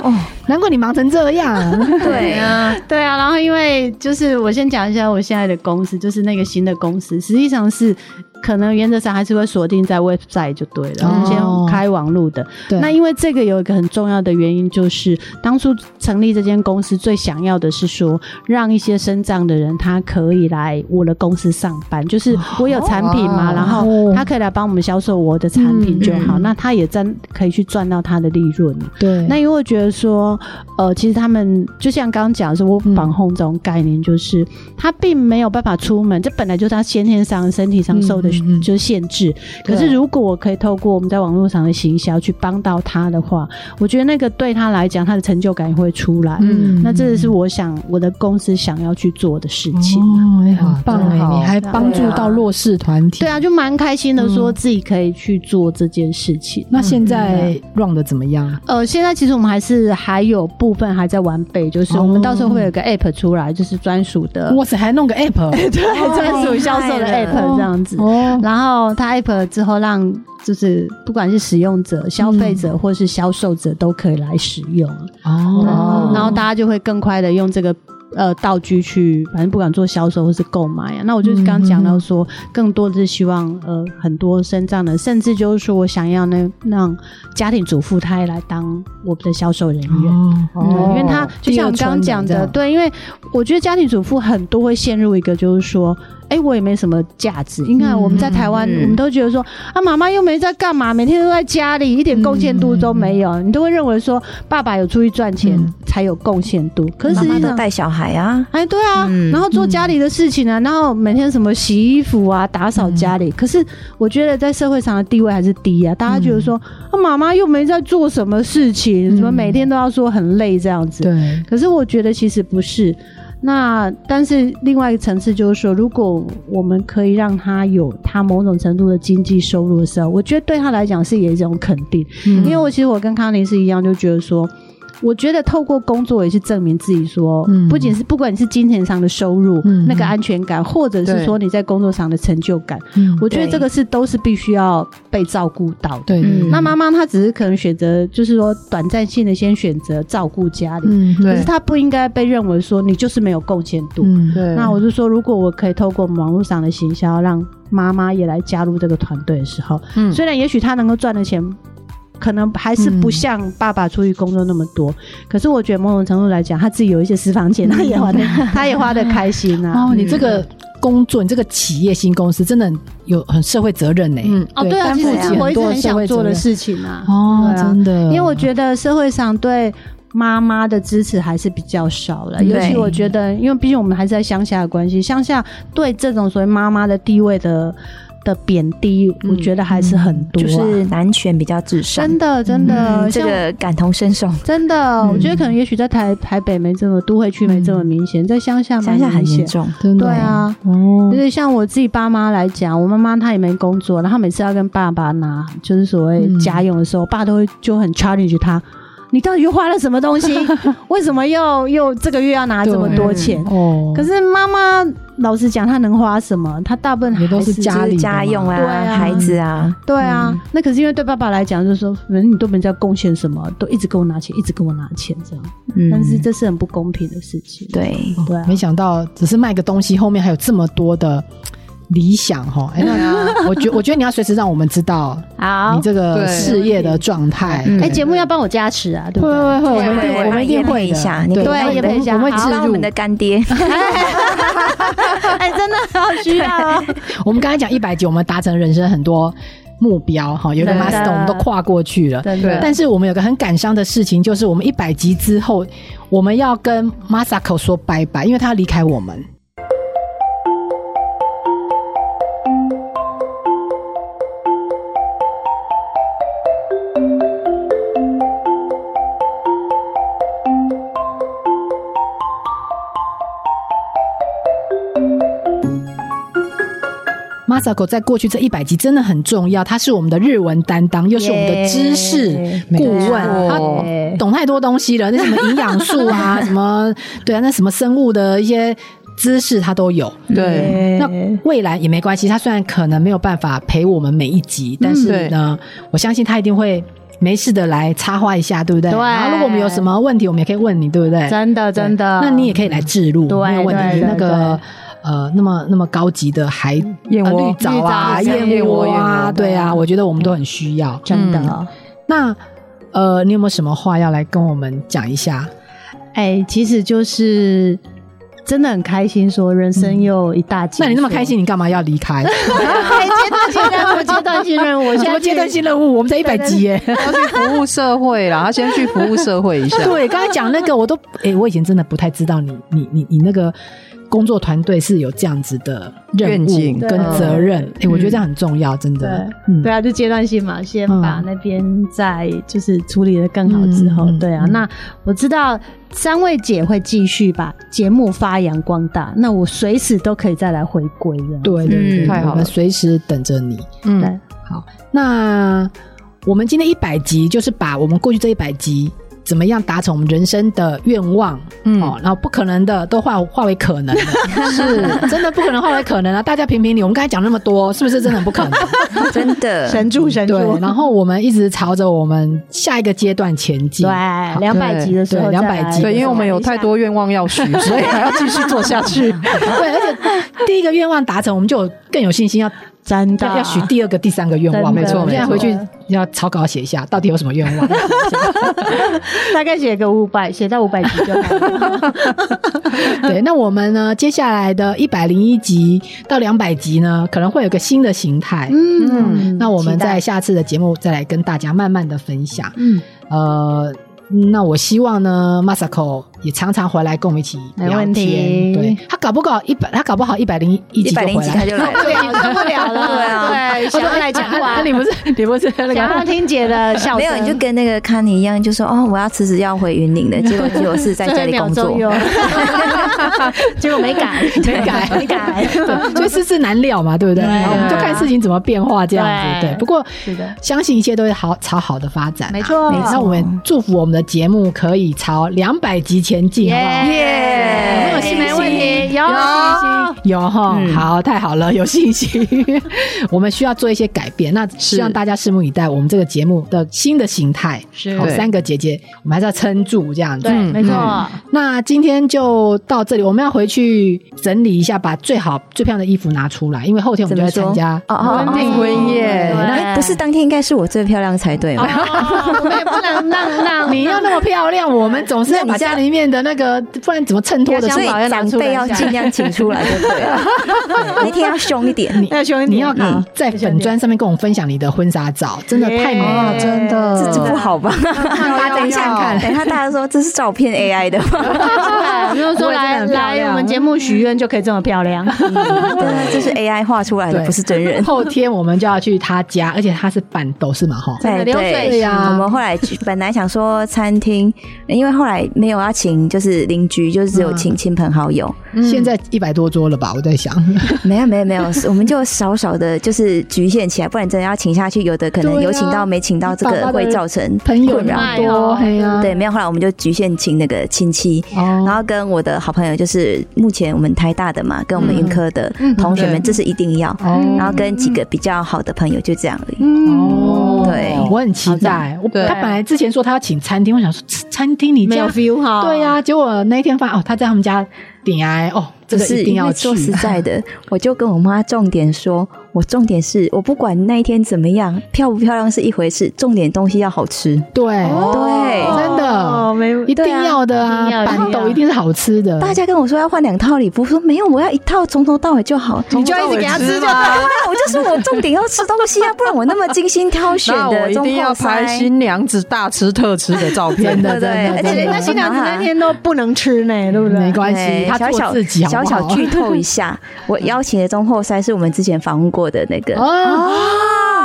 [SPEAKER 1] 哦，难怪你忙成这样，
[SPEAKER 4] 对啊，
[SPEAKER 2] 对啊，然后因为就是我先讲一下我现在的公司，就是那个新的公司，实际上是可能原则上还是会锁定在 website 就对了，
[SPEAKER 1] 哦
[SPEAKER 2] 我们先开网路的。
[SPEAKER 1] 对，
[SPEAKER 2] 那因为这个有一个很重要的原因，就是当初成立这间公司最想要的是说，让一些身障的人他可以来我的公司上班，就是
[SPEAKER 1] 哦
[SPEAKER 2] 我有产品嘛，
[SPEAKER 3] 哦
[SPEAKER 2] 然后他可以来帮我们销售我的产品就好，
[SPEAKER 1] 嗯嗯
[SPEAKER 2] 那他也赚可以去赚到他的利润嘛。
[SPEAKER 1] 对，
[SPEAKER 2] 那因为我觉得说，呃，其实他们就像刚刚讲的是 work from home 这种概念，就是、他并没有办法出门，这本来就是他先天上身体上受的
[SPEAKER 1] 嗯嗯嗯
[SPEAKER 2] 就是限制。
[SPEAKER 1] 对
[SPEAKER 2] 可是如果我可以透过我们在网络上的行销去帮到他的话，我觉得那个对他来讲，他的成就感也会出来。
[SPEAKER 1] 嗯
[SPEAKER 2] 那这个是我想我的公司想要去做的事情。
[SPEAKER 1] 哦，哎，很棒
[SPEAKER 3] 真
[SPEAKER 1] 哎，
[SPEAKER 3] 好
[SPEAKER 1] 你还帮助到弱势团体。
[SPEAKER 2] 啊对啊，就蛮开心的，说自己可以去做这件事情。
[SPEAKER 1] 那现在
[SPEAKER 2] 嗯啊
[SPEAKER 1] run 的怎么样？
[SPEAKER 2] 呃，现在其实我们还是还有部分还在完备，就是我
[SPEAKER 1] 哦
[SPEAKER 2] 们到时候会有一个 app 出来，就是专属的
[SPEAKER 1] 哇塞，还弄个 app
[SPEAKER 4] 哦
[SPEAKER 2] (laughs) 专属销售的
[SPEAKER 4] 太
[SPEAKER 1] 啊
[SPEAKER 4] 了
[SPEAKER 2] app 这样子。 (laughs)
[SPEAKER 1] 哦，
[SPEAKER 2] 然后它 app 之后让就是不管是使用者、消费者或是销售者都可以来使用，
[SPEAKER 1] 哦，
[SPEAKER 2] 然后大家就会更快的用这个。呃，道具去，反正不管做销售或是购买啊，那我就是刚刚讲到说，更多的是希望呃很多身障的，甚至就是说我想要那让家庭主妇她也来当我们的销售人员，
[SPEAKER 1] 哦
[SPEAKER 3] 嗯
[SPEAKER 2] 对，因为他就像我们刚刚讲
[SPEAKER 1] 第二春
[SPEAKER 2] 的，
[SPEAKER 1] 的
[SPEAKER 2] 对，因为我觉得家庭主妇很多会陷入一个就是说，哎，我也没什么价值。你看我们在台湾，
[SPEAKER 4] 嗯
[SPEAKER 2] 我们都觉得说啊，妈妈又没在干嘛，每天都在家里，一点贡献度都没有。你都会认为说，爸爸有出去赚钱
[SPEAKER 1] 嗯
[SPEAKER 2] 才有贡献度，可是
[SPEAKER 4] 妈
[SPEAKER 2] 实
[SPEAKER 4] 妈
[SPEAKER 2] 际
[SPEAKER 4] 都
[SPEAKER 2] 上。
[SPEAKER 4] 带小孩啊，
[SPEAKER 2] 哎，对啊，
[SPEAKER 4] 嗯
[SPEAKER 2] 然后做家里的事情啊，然后每天什么洗衣服啊、打扫家里，可是我觉得在社会上的地位还是低啊。大家觉得说，啊，妈妈又没在做什么事情，怎么
[SPEAKER 1] 嗯
[SPEAKER 2] 每天都要说很累这样子？
[SPEAKER 1] 对，
[SPEAKER 2] 可是我觉得其实不是。那但是另外一个层次就是说，如果我们可以让他有他某种程度的经济收入的时候，我觉得对他来讲是也一种肯定。
[SPEAKER 1] 因
[SPEAKER 2] 因为我其实我跟康宁是一样，就觉得说。我觉得透过工作也是证明自己说，
[SPEAKER 1] 嗯
[SPEAKER 2] 不仅是不管你是金钱上的收入、
[SPEAKER 1] 嗯
[SPEAKER 2] 那个安全感，或者是说你在工作上的成就感，
[SPEAKER 1] 嗯
[SPEAKER 2] 我觉得这个是都是必须要被照顾到的。
[SPEAKER 1] 对，
[SPEAKER 4] 嗯
[SPEAKER 2] 那妈妈她只是可能选择，就是说短暂性的先选择照顾家里，
[SPEAKER 1] 嗯
[SPEAKER 2] 可是
[SPEAKER 3] 对
[SPEAKER 2] 她不应该被认为说你就是没有贡献度。
[SPEAKER 1] 嗯
[SPEAKER 3] 对，
[SPEAKER 2] 那我就说，如果我可以透过网络上的行销，让妈妈也来加入这个团队的时候，
[SPEAKER 3] 嗯
[SPEAKER 2] 虽然也许她能够赚的钱，可能还是不像爸爸出去工作那么多，可是我觉得某种程度来讲，她自己有一些私房钱，她也花的，她也花的开心啊。
[SPEAKER 1] 哦，你这个工作，你这个企业新公司真的很有很社会责任呢。
[SPEAKER 3] 嗯
[SPEAKER 2] (laughs) 哦，对啊，
[SPEAKER 1] 担
[SPEAKER 2] 其实
[SPEAKER 1] 负
[SPEAKER 4] 起
[SPEAKER 1] 很
[SPEAKER 2] 我一直
[SPEAKER 1] 多
[SPEAKER 2] 很
[SPEAKER 1] 社会
[SPEAKER 2] 想做
[SPEAKER 1] 责
[SPEAKER 2] 的
[SPEAKER 1] 任
[SPEAKER 2] 事情啊。
[SPEAKER 1] 哦，
[SPEAKER 2] 对啊
[SPEAKER 1] 真的，
[SPEAKER 4] 嗯
[SPEAKER 2] 因为我觉得社会上对妈妈的支持还是比较少了，
[SPEAKER 1] 对
[SPEAKER 2] 尤其我觉得，因为毕竟我们还是在乡下的关系，乡下对这种所谓妈妈的地位的的贬低，我觉得还是很多、
[SPEAKER 4] 嗯
[SPEAKER 2] 啊
[SPEAKER 4] 就是男权比较至上
[SPEAKER 2] 真。的真的，
[SPEAKER 4] 这
[SPEAKER 2] 像
[SPEAKER 4] 个感同身受，
[SPEAKER 2] 真的，
[SPEAKER 1] 嗯
[SPEAKER 2] 我觉得可能也许在台台北没这么，都会区没这么明显，在乡下蛮
[SPEAKER 4] 嗯乡下很
[SPEAKER 2] 明
[SPEAKER 4] 严
[SPEAKER 2] 显。
[SPEAKER 4] 重。
[SPEAKER 1] 真的
[SPEAKER 2] 对，啊，
[SPEAKER 1] 哦
[SPEAKER 2] 就，是像我自己爸妈来讲，我妈妈她也没工作，然后每次要跟爸爸拿就是所谓
[SPEAKER 1] 嗯
[SPEAKER 2] 家用的时候，爸都会就很 challenge 他。你到底又花了什么东
[SPEAKER 1] (laughs)
[SPEAKER 2] 西？为什么又又这个月要拿这么多钱？
[SPEAKER 1] 哦，
[SPEAKER 2] 可是妈妈老实讲，她能花什么？她大部分还
[SPEAKER 1] 也都是
[SPEAKER 2] 是
[SPEAKER 1] 家里的嗯嘛
[SPEAKER 4] 家用
[SPEAKER 2] 对
[SPEAKER 4] 啊，
[SPEAKER 2] 啊
[SPEAKER 4] 孩子啊，
[SPEAKER 2] 对啊。那可是因为对爸爸来讲，就是说，反正你都没在贡献什么，都一直给我拿钱，一直给我拿钱这样。
[SPEAKER 4] 嗯，
[SPEAKER 2] 但是这是很不公平的事情。
[SPEAKER 4] 对，
[SPEAKER 1] 哦
[SPEAKER 2] 对啊
[SPEAKER 1] 没想到只是卖个东西，后面还有这么多的理想哈。哎，
[SPEAKER 2] 嗯
[SPEAKER 3] (laughs)
[SPEAKER 1] 那我觉我觉得你要随时让我们知道
[SPEAKER 2] 好
[SPEAKER 1] 你，这个
[SPEAKER 3] 对
[SPEAKER 1] 事业的状态。
[SPEAKER 4] 嗯
[SPEAKER 2] 哎，节目要帮我加持啊，对不
[SPEAKER 1] 会
[SPEAKER 2] 对？
[SPEAKER 1] 会会，我们一
[SPEAKER 4] 对
[SPEAKER 1] 定我们一定
[SPEAKER 4] 帮
[SPEAKER 1] 会
[SPEAKER 4] 你业配一
[SPEAKER 1] 的
[SPEAKER 4] 下你
[SPEAKER 1] 对，
[SPEAKER 4] 可
[SPEAKER 1] 我
[SPEAKER 4] 以帮
[SPEAKER 1] 们
[SPEAKER 4] 业配
[SPEAKER 2] 一下
[SPEAKER 1] 我们
[SPEAKER 2] 好
[SPEAKER 1] 会
[SPEAKER 4] 当我们
[SPEAKER 1] 置
[SPEAKER 4] 的
[SPEAKER 1] 入。
[SPEAKER 4] 干爹，
[SPEAKER 2] 哎、真的好需要、哦。
[SPEAKER 1] 我们刚才讲一百集，我们达成人生很多目标哈，有的
[SPEAKER 2] 真的
[SPEAKER 1] milestone 我们都跨过去了。
[SPEAKER 2] 真
[SPEAKER 3] 的
[SPEAKER 1] 但是我们有个很感伤的事情，就是我们一百集之后，我们要跟 Masako 说拜拜，因为他要离开我们。Masako 在过去这一百集真的很重要，他是我们的日文担当，又是我们的知识顾问，他
[SPEAKER 2] 对
[SPEAKER 1] 懂太多东西了，那什么营养素啊，什么对啊，那什么生物的一些知识他都有。
[SPEAKER 3] 对
[SPEAKER 1] 那未来也没关系，他虽然可能没有办法陪我们每一集，但
[SPEAKER 2] 嗯
[SPEAKER 1] 是呢，我相信他一定会没事的来插话一下，对不对？
[SPEAKER 2] 对
[SPEAKER 1] 然后如果我们有什么问题，我们也可以问你，对不对？
[SPEAKER 2] 真的
[SPEAKER 1] 对
[SPEAKER 2] 真的，
[SPEAKER 1] 那你也可以来置入，
[SPEAKER 2] 对
[SPEAKER 1] 没有问
[SPEAKER 2] 对
[SPEAKER 1] 题。
[SPEAKER 2] 对
[SPEAKER 1] 那个呃，那么那么高级的海
[SPEAKER 3] 燕
[SPEAKER 1] 呃
[SPEAKER 3] 窝
[SPEAKER 1] 绿藻啊、
[SPEAKER 2] 绿藻
[SPEAKER 1] 燕窝啊，
[SPEAKER 3] 燕窝
[SPEAKER 1] 对啊，我觉得我们都很需要。
[SPEAKER 2] 真的。
[SPEAKER 1] 嗯那呃，你有没有什么话要来跟我们讲一下？
[SPEAKER 2] 哎、其实就是真的很开心，说人生又一大截、
[SPEAKER 1] 那你那么
[SPEAKER 2] (laughs)
[SPEAKER 1] 开心，？啊你干嘛要离开？ (laughs)
[SPEAKER 2] 哎，阶段性任务，阶段性任务，我
[SPEAKER 1] 什
[SPEAKER 2] 现
[SPEAKER 1] 么
[SPEAKER 2] 在
[SPEAKER 1] 阶段性任务？我们才一百集耶！
[SPEAKER 3] 要去服务社会啦，他先去服务社会一下。
[SPEAKER 1] 对，刚才讲那个，我都哎、我以前真的不太知道你你你你那个工作团队是有这样子的任
[SPEAKER 3] 愿
[SPEAKER 1] 务
[SPEAKER 3] 景
[SPEAKER 1] 跟责任，哎、我觉得这样很重要，真的。嗯
[SPEAKER 2] 对对，啊，就阶段性嘛，先把
[SPEAKER 1] 嗯
[SPEAKER 2] 那边再就是处理的更好之后，
[SPEAKER 1] 嗯嗯
[SPEAKER 2] 对啊，
[SPEAKER 1] 嗯
[SPEAKER 2] 那我知道三位姐会继续把节目发扬光大，那我随时都可以再来回归的。
[SPEAKER 1] 对对对，
[SPEAKER 4] 嗯
[SPEAKER 3] 太好了
[SPEAKER 1] 我们随时等着你。
[SPEAKER 2] 对，
[SPEAKER 1] 嗯，好，那我们今天一百集就是把我们过去这一百集。怎么样达成我们人生的愿望？
[SPEAKER 3] 嗯
[SPEAKER 1] 哦，然后不可能的都化化为可能了，
[SPEAKER 2] (laughs)
[SPEAKER 1] 是真的不可能化为可能啊！大家评评理，我们刚才讲那么多，是不是真的很不
[SPEAKER 2] (laughs)
[SPEAKER 1] 可能？
[SPEAKER 4] 真的，
[SPEAKER 2] 神助神助，
[SPEAKER 1] 对，然后我们一直朝着我们下一个阶段前进。
[SPEAKER 2] 对两百集的时候
[SPEAKER 1] 对
[SPEAKER 2] 再来，
[SPEAKER 1] 200集
[SPEAKER 3] 对，因为我们有太多愿望要许，所以还要继 (laughs) 续做下去。
[SPEAKER 1] 对，而且第一个愿望达成，我们就有更有信心要
[SPEAKER 2] (laughs) 真的
[SPEAKER 1] 要要许第二个、第三个愿望。
[SPEAKER 2] 真的
[SPEAKER 1] 我们现在回
[SPEAKER 2] 没
[SPEAKER 1] 去
[SPEAKER 2] 错
[SPEAKER 1] 要草稿写一下，到底有什么愿望？
[SPEAKER 2] (laughs) 大概写个五百，写到五百集就好了。 (laughs)
[SPEAKER 1] 对，那我们呢，接下来的一百零一集到两百集呢，可能会有个新的形态。
[SPEAKER 2] 嗯
[SPEAKER 1] 那我们在
[SPEAKER 2] 期待
[SPEAKER 1] 下次的节目再来跟大家慢慢的分享。
[SPEAKER 2] 嗯，
[SPEAKER 1] 呃，那我希望呢，Masako 也常常回来跟我们一起
[SPEAKER 2] 没
[SPEAKER 1] 聊
[SPEAKER 2] 问
[SPEAKER 1] 天。
[SPEAKER 2] 题
[SPEAKER 1] 对他搞不搞一百，他搞不好一百零一集
[SPEAKER 4] 一
[SPEAKER 1] 就
[SPEAKER 4] 百零
[SPEAKER 1] 回
[SPEAKER 4] 几他
[SPEAKER 1] 来。
[SPEAKER 4] 就来了，
[SPEAKER 2] (laughs) 对啊，受不了了，
[SPEAKER 4] 对啊
[SPEAKER 2] 对，
[SPEAKER 1] 我
[SPEAKER 2] 想
[SPEAKER 1] 说
[SPEAKER 2] 要来
[SPEAKER 1] 哎
[SPEAKER 2] 讲
[SPEAKER 1] 啊
[SPEAKER 2] 话
[SPEAKER 1] 啊，你不是 (laughs) 你不是那个
[SPEAKER 2] 想要听姐的笑声，
[SPEAKER 4] 没有你就跟那个康妮一样，就说哦，我要辞职要回云林的，结果结果是在家里工作
[SPEAKER 2] 最后一，秒钟有，结果没改，
[SPEAKER 1] 没改
[SPEAKER 2] (laughs) 没
[SPEAKER 1] (laughs)
[SPEAKER 2] 改，
[SPEAKER 1] 对所以世事难料嘛，对不对？
[SPEAKER 2] 对啊
[SPEAKER 1] 然后我们就看事情怎么变化这样子。
[SPEAKER 2] 对
[SPEAKER 1] 对，不过
[SPEAKER 2] 是的
[SPEAKER 1] 相信一切都会好朝好的发展啊。
[SPEAKER 2] 没错
[SPEAKER 1] 对那我们祝福我们的节目可以朝两百集前进，好不好？
[SPEAKER 4] 耶
[SPEAKER 2] 没有信没问题，有
[SPEAKER 1] 有有哈，
[SPEAKER 4] 嗯
[SPEAKER 1] 好，太好了，有信心。 (laughs) 我们需要做一些改变，那希望大家拭目以待我们这个节目的新的形态。
[SPEAKER 2] 是
[SPEAKER 1] 好，
[SPEAKER 3] 对
[SPEAKER 1] 三个姐姐，我们还是要撑住这样子嗯
[SPEAKER 2] 对。，没错，
[SPEAKER 1] 那今天就到这里，我们要回去整理一下，把最好最漂亮的衣服拿出来，因为后天我们就要参加
[SPEAKER 4] 怎么说哦哦哦
[SPEAKER 1] 婚
[SPEAKER 3] 订婚宴
[SPEAKER 2] 哦对
[SPEAKER 4] 哎不是当天应该是我最漂亮才对嘛？
[SPEAKER 2] 哦我们也不能让让
[SPEAKER 1] 哦你要那么漂亮，我们总是要把家里面的那个，不然怎么衬托的
[SPEAKER 2] 要
[SPEAKER 1] 出
[SPEAKER 4] 所
[SPEAKER 2] 想
[SPEAKER 4] 以
[SPEAKER 1] 来？
[SPEAKER 2] 法
[SPEAKER 4] 长辈要尽量请出来，对不对？那天要凶一点，
[SPEAKER 2] 要凶一点
[SPEAKER 1] 你要
[SPEAKER 2] 好
[SPEAKER 1] 在粉砖上面跟我分享你的婚纱照， (laughs) 真的太美
[SPEAKER 2] 哦
[SPEAKER 1] 了，
[SPEAKER 2] 真的
[SPEAKER 4] 这这不好吧？
[SPEAKER 1] 大家看看。
[SPEAKER 4] 等一下大家说这是照片 AI 的吗？
[SPEAKER 2] 对， (laughs) 如果说
[SPEAKER 1] 我也真的
[SPEAKER 2] 来
[SPEAKER 1] 很漂亮
[SPEAKER 2] 来我们节目许愿就可以这么漂亮，
[SPEAKER 4] 对，这是 AI 画出来的，
[SPEAKER 1] 对
[SPEAKER 4] 不是真人。
[SPEAKER 1] 后天我们就要去他家，而且他是板斗是吗？哈，
[SPEAKER 2] 真的
[SPEAKER 4] 哎
[SPEAKER 2] 流水
[SPEAKER 1] 对
[SPEAKER 2] 席
[SPEAKER 1] 呀
[SPEAKER 4] 我们后来去本来想说餐厅，因为后来没有要请，就是邻居，就是只有请亲朋好友。
[SPEAKER 1] 现在一百多桌了吧？我在想，
[SPEAKER 4] 没有没有
[SPEAKER 1] (laughs)
[SPEAKER 4] 没有，我们就少少的，就是局限起来，不然真的要请下去，有的可能
[SPEAKER 1] 对啊
[SPEAKER 4] 有请到没请到，这
[SPEAKER 1] 爸
[SPEAKER 4] 个
[SPEAKER 1] 爸的
[SPEAKER 4] 会造成
[SPEAKER 1] 朋友啊
[SPEAKER 4] 困扰。
[SPEAKER 1] 那么多，嘿呀，
[SPEAKER 4] 对，没有。后来我们就局限请那个亲戚，
[SPEAKER 1] 哦，
[SPEAKER 4] 然后跟我的好朋友，就是目前我们台大的嘛，跟我们云科的同学们，这是一定要。
[SPEAKER 1] 嗯哦
[SPEAKER 4] 然后跟几个比较好的朋友，就这样而已。
[SPEAKER 1] 哦，
[SPEAKER 4] 对
[SPEAKER 1] 我很期待。我
[SPEAKER 3] 对
[SPEAKER 1] 他本来之前说他要请餐厅，我想说吃餐厅你
[SPEAKER 2] 没有
[SPEAKER 1] 家
[SPEAKER 2] feel 哈，
[SPEAKER 1] 对呀、结果那一天发现哦，他在他们家点哎哦，这个
[SPEAKER 4] 不是
[SPEAKER 1] 一定
[SPEAKER 4] 因
[SPEAKER 1] 要
[SPEAKER 4] 为
[SPEAKER 1] 去
[SPEAKER 4] 说。实
[SPEAKER 1] (laughs)
[SPEAKER 4] 在的，我就跟我妈重点说，我重点是我不管那一天怎么样，漂不漂亮是一回事，重点东西要好吃。
[SPEAKER 1] 对，
[SPEAKER 4] 对
[SPEAKER 2] 哦，
[SPEAKER 1] 真的
[SPEAKER 2] 没
[SPEAKER 1] 啊一定要的啊，
[SPEAKER 2] 对啊一定要
[SPEAKER 1] 板豆一定是好吃的。
[SPEAKER 4] 大家跟我说要换两套礼服，我说没有，我要一套， (laughs) 从头到尾就好。
[SPEAKER 3] 你
[SPEAKER 2] 就一直给他吃就好
[SPEAKER 4] 对啊，我就说我重点要吃东西啊，不然我那么精心挑 (laughs) 选
[SPEAKER 3] 那我
[SPEAKER 4] 的，
[SPEAKER 3] 一定要
[SPEAKER 4] 中后
[SPEAKER 3] 拍
[SPEAKER 4] 塞
[SPEAKER 3] 新娘子大吃特吃的照片
[SPEAKER 1] 真的
[SPEAKER 4] 对不对？
[SPEAKER 1] 真的
[SPEAKER 4] 而
[SPEAKER 1] 真
[SPEAKER 4] 且
[SPEAKER 1] 的
[SPEAKER 2] 那新娘子
[SPEAKER 4] 啊
[SPEAKER 2] 那天都不能吃呢，对不对？
[SPEAKER 1] 没关系，
[SPEAKER 4] 对
[SPEAKER 1] 他
[SPEAKER 4] 哎
[SPEAKER 1] 做
[SPEAKER 4] 小小
[SPEAKER 1] 自己好
[SPEAKER 4] 小
[SPEAKER 1] 不
[SPEAKER 4] 小
[SPEAKER 1] 好？
[SPEAKER 4] 剧透一下，我邀请的中后塞是我们之前访问过的那个，
[SPEAKER 1] (laughs) 哦，
[SPEAKER 4] 嗯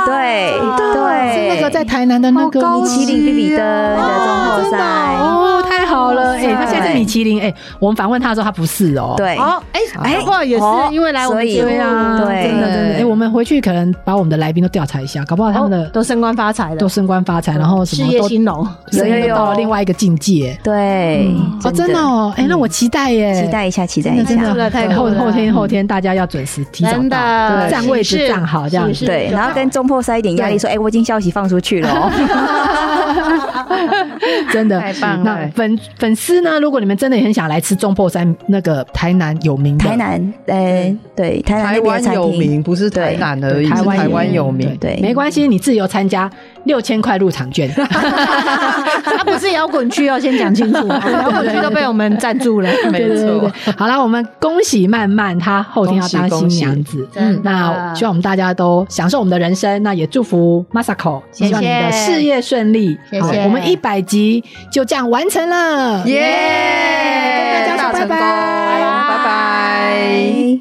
[SPEAKER 4] 对
[SPEAKER 1] 是
[SPEAKER 4] 对，
[SPEAKER 1] 那个在台南的那个
[SPEAKER 3] 好高
[SPEAKER 1] 米
[SPEAKER 4] 米
[SPEAKER 1] 其
[SPEAKER 4] 其
[SPEAKER 1] 林
[SPEAKER 4] 林比比登的中后
[SPEAKER 1] 真的
[SPEAKER 4] 塞，
[SPEAKER 1] 哦，太好了！哎，
[SPEAKER 4] 塞
[SPEAKER 1] 他现在是米其林，哎，我们访问他的时候他不是哦，
[SPEAKER 4] 对，
[SPEAKER 2] 哦，哎，
[SPEAKER 4] 哎
[SPEAKER 2] 不过也是
[SPEAKER 4] 哦
[SPEAKER 2] 因为来我们
[SPEAKER 4] 所以
[SPEAKER 2] 节目，
[SPEAKER 4] 对
[SPEAKER 1] 啊
[SPEAKER 4] 对
[SPEAKER 1] 真的真的，哎，我们回去可能把我们的来宾都调查一下，搞不好他们
[SPEAKER 2] 哦
[SPEAKER 1] 的
[SPEAKER 2] 都升官发财了，
[SPEAKER 1] 都升官发财，然后什
[SPEAKER 2] 事
[SPEAKER 1] 么
[SPEAKER 2] 业
[SPEAKER 1] 都
[SPEAKER 2] 兴隆。
[SPEAKER 1] 生意
[SPEAKER 4] 有有
[SPEAKER 1] 都
[SPEAKER 4] 有
[SPEAKER 1] 到了另外一个境界。
[SPEAKER 4] 对，
[SPEAKER 1] 哦，真的哦，哎，那我期待耶，
[SPEAKER 4] 期待一下，期待
[SPEAKER 1] 真的
[SPEAKER 4] 一
[SPEAKER 1] 真
[SPEAKER 4] 下。
[SPEAKER 1] 的
[SPEAKER 2] 太
[SPEAKER 1] 对
[SPEAKER 2] 酷
[SPEAKER 1] 后
[SPEAKER 2] 了
[SPEAKER 1] 后 (laughs)
[SPEAKER 2] (laughs)
[SPEAKER 1] 天后天大家要准时提早
[SPEAKER 2] 真
[SPEAKER 1] 到，
[SPEAKER 2] 的
[SPEAKER 1] 对占位置
[SPEAKER 2] 是
[SPEAKER 1] 占好这样子
[SPEAKER 2] 是是
[SPEAKER 4] 对，然后跟中破塞一点压力，说：“哎，我已经消息放出去了。”
[SPEAKER 1] 真的
[SPEAKER 5] 太棒了
[SPEAKER 1] 那粉粉丝呢？如果你们真的也很想来吃中破山那个台南有名的
[SPEAKER 4] 台南，呃，对，台南
[SPEAKER 3] 台
[SPEAKER 4] 那边的
[SPEAKER 3] 湾
[SPEAKER 4] 餐
[SPEAKER 3] 有
[SPEAKER 4] 厅，
[SPEAKER 3] 名，不是台南而已，
[SPEAKER 1] 对
[SPEAKER 3] 是
[SPEAKER 1] 台湾
[SPEAKER 3] 台湾
[SPEAKER 1] 有
[SPEAKER 3] 有名。
[SPEAKER 4] 对
[SPEAKER 1] 没关系，你自由参加六千块入场券。
[SPEAKER 2] 它啊不是摇滚区哦，先讲清楚，摇滚区都被我们赞助了。
[SPEAKER 1] 对对对，对好啦，我们恭喜曼曼，她后天要当新娘子。嗯
[SPEAKER 5] 真的
[SPEAKER 1] 那希望我们大家都享受我们的人生，那也祝福 Masako，
[SPEAKER 5] 谢谢
[SPEAKER 1] 希望你的事业顺利。
[SPEAKER 5] 谢谢
[SPEAKER 1] 好我们一百集就这样完成了，
[SPEAKER 3] 耶！
[SPEAKER 1] 跟大家说
[SPEAKER 3] 大
[SPEAKER 1] 拜
[SPEAKER 3] 成功，
[SPEAKER 1] 拜。
[SPEAKER 3] 拜拜。
[SPEAKER 4] 哎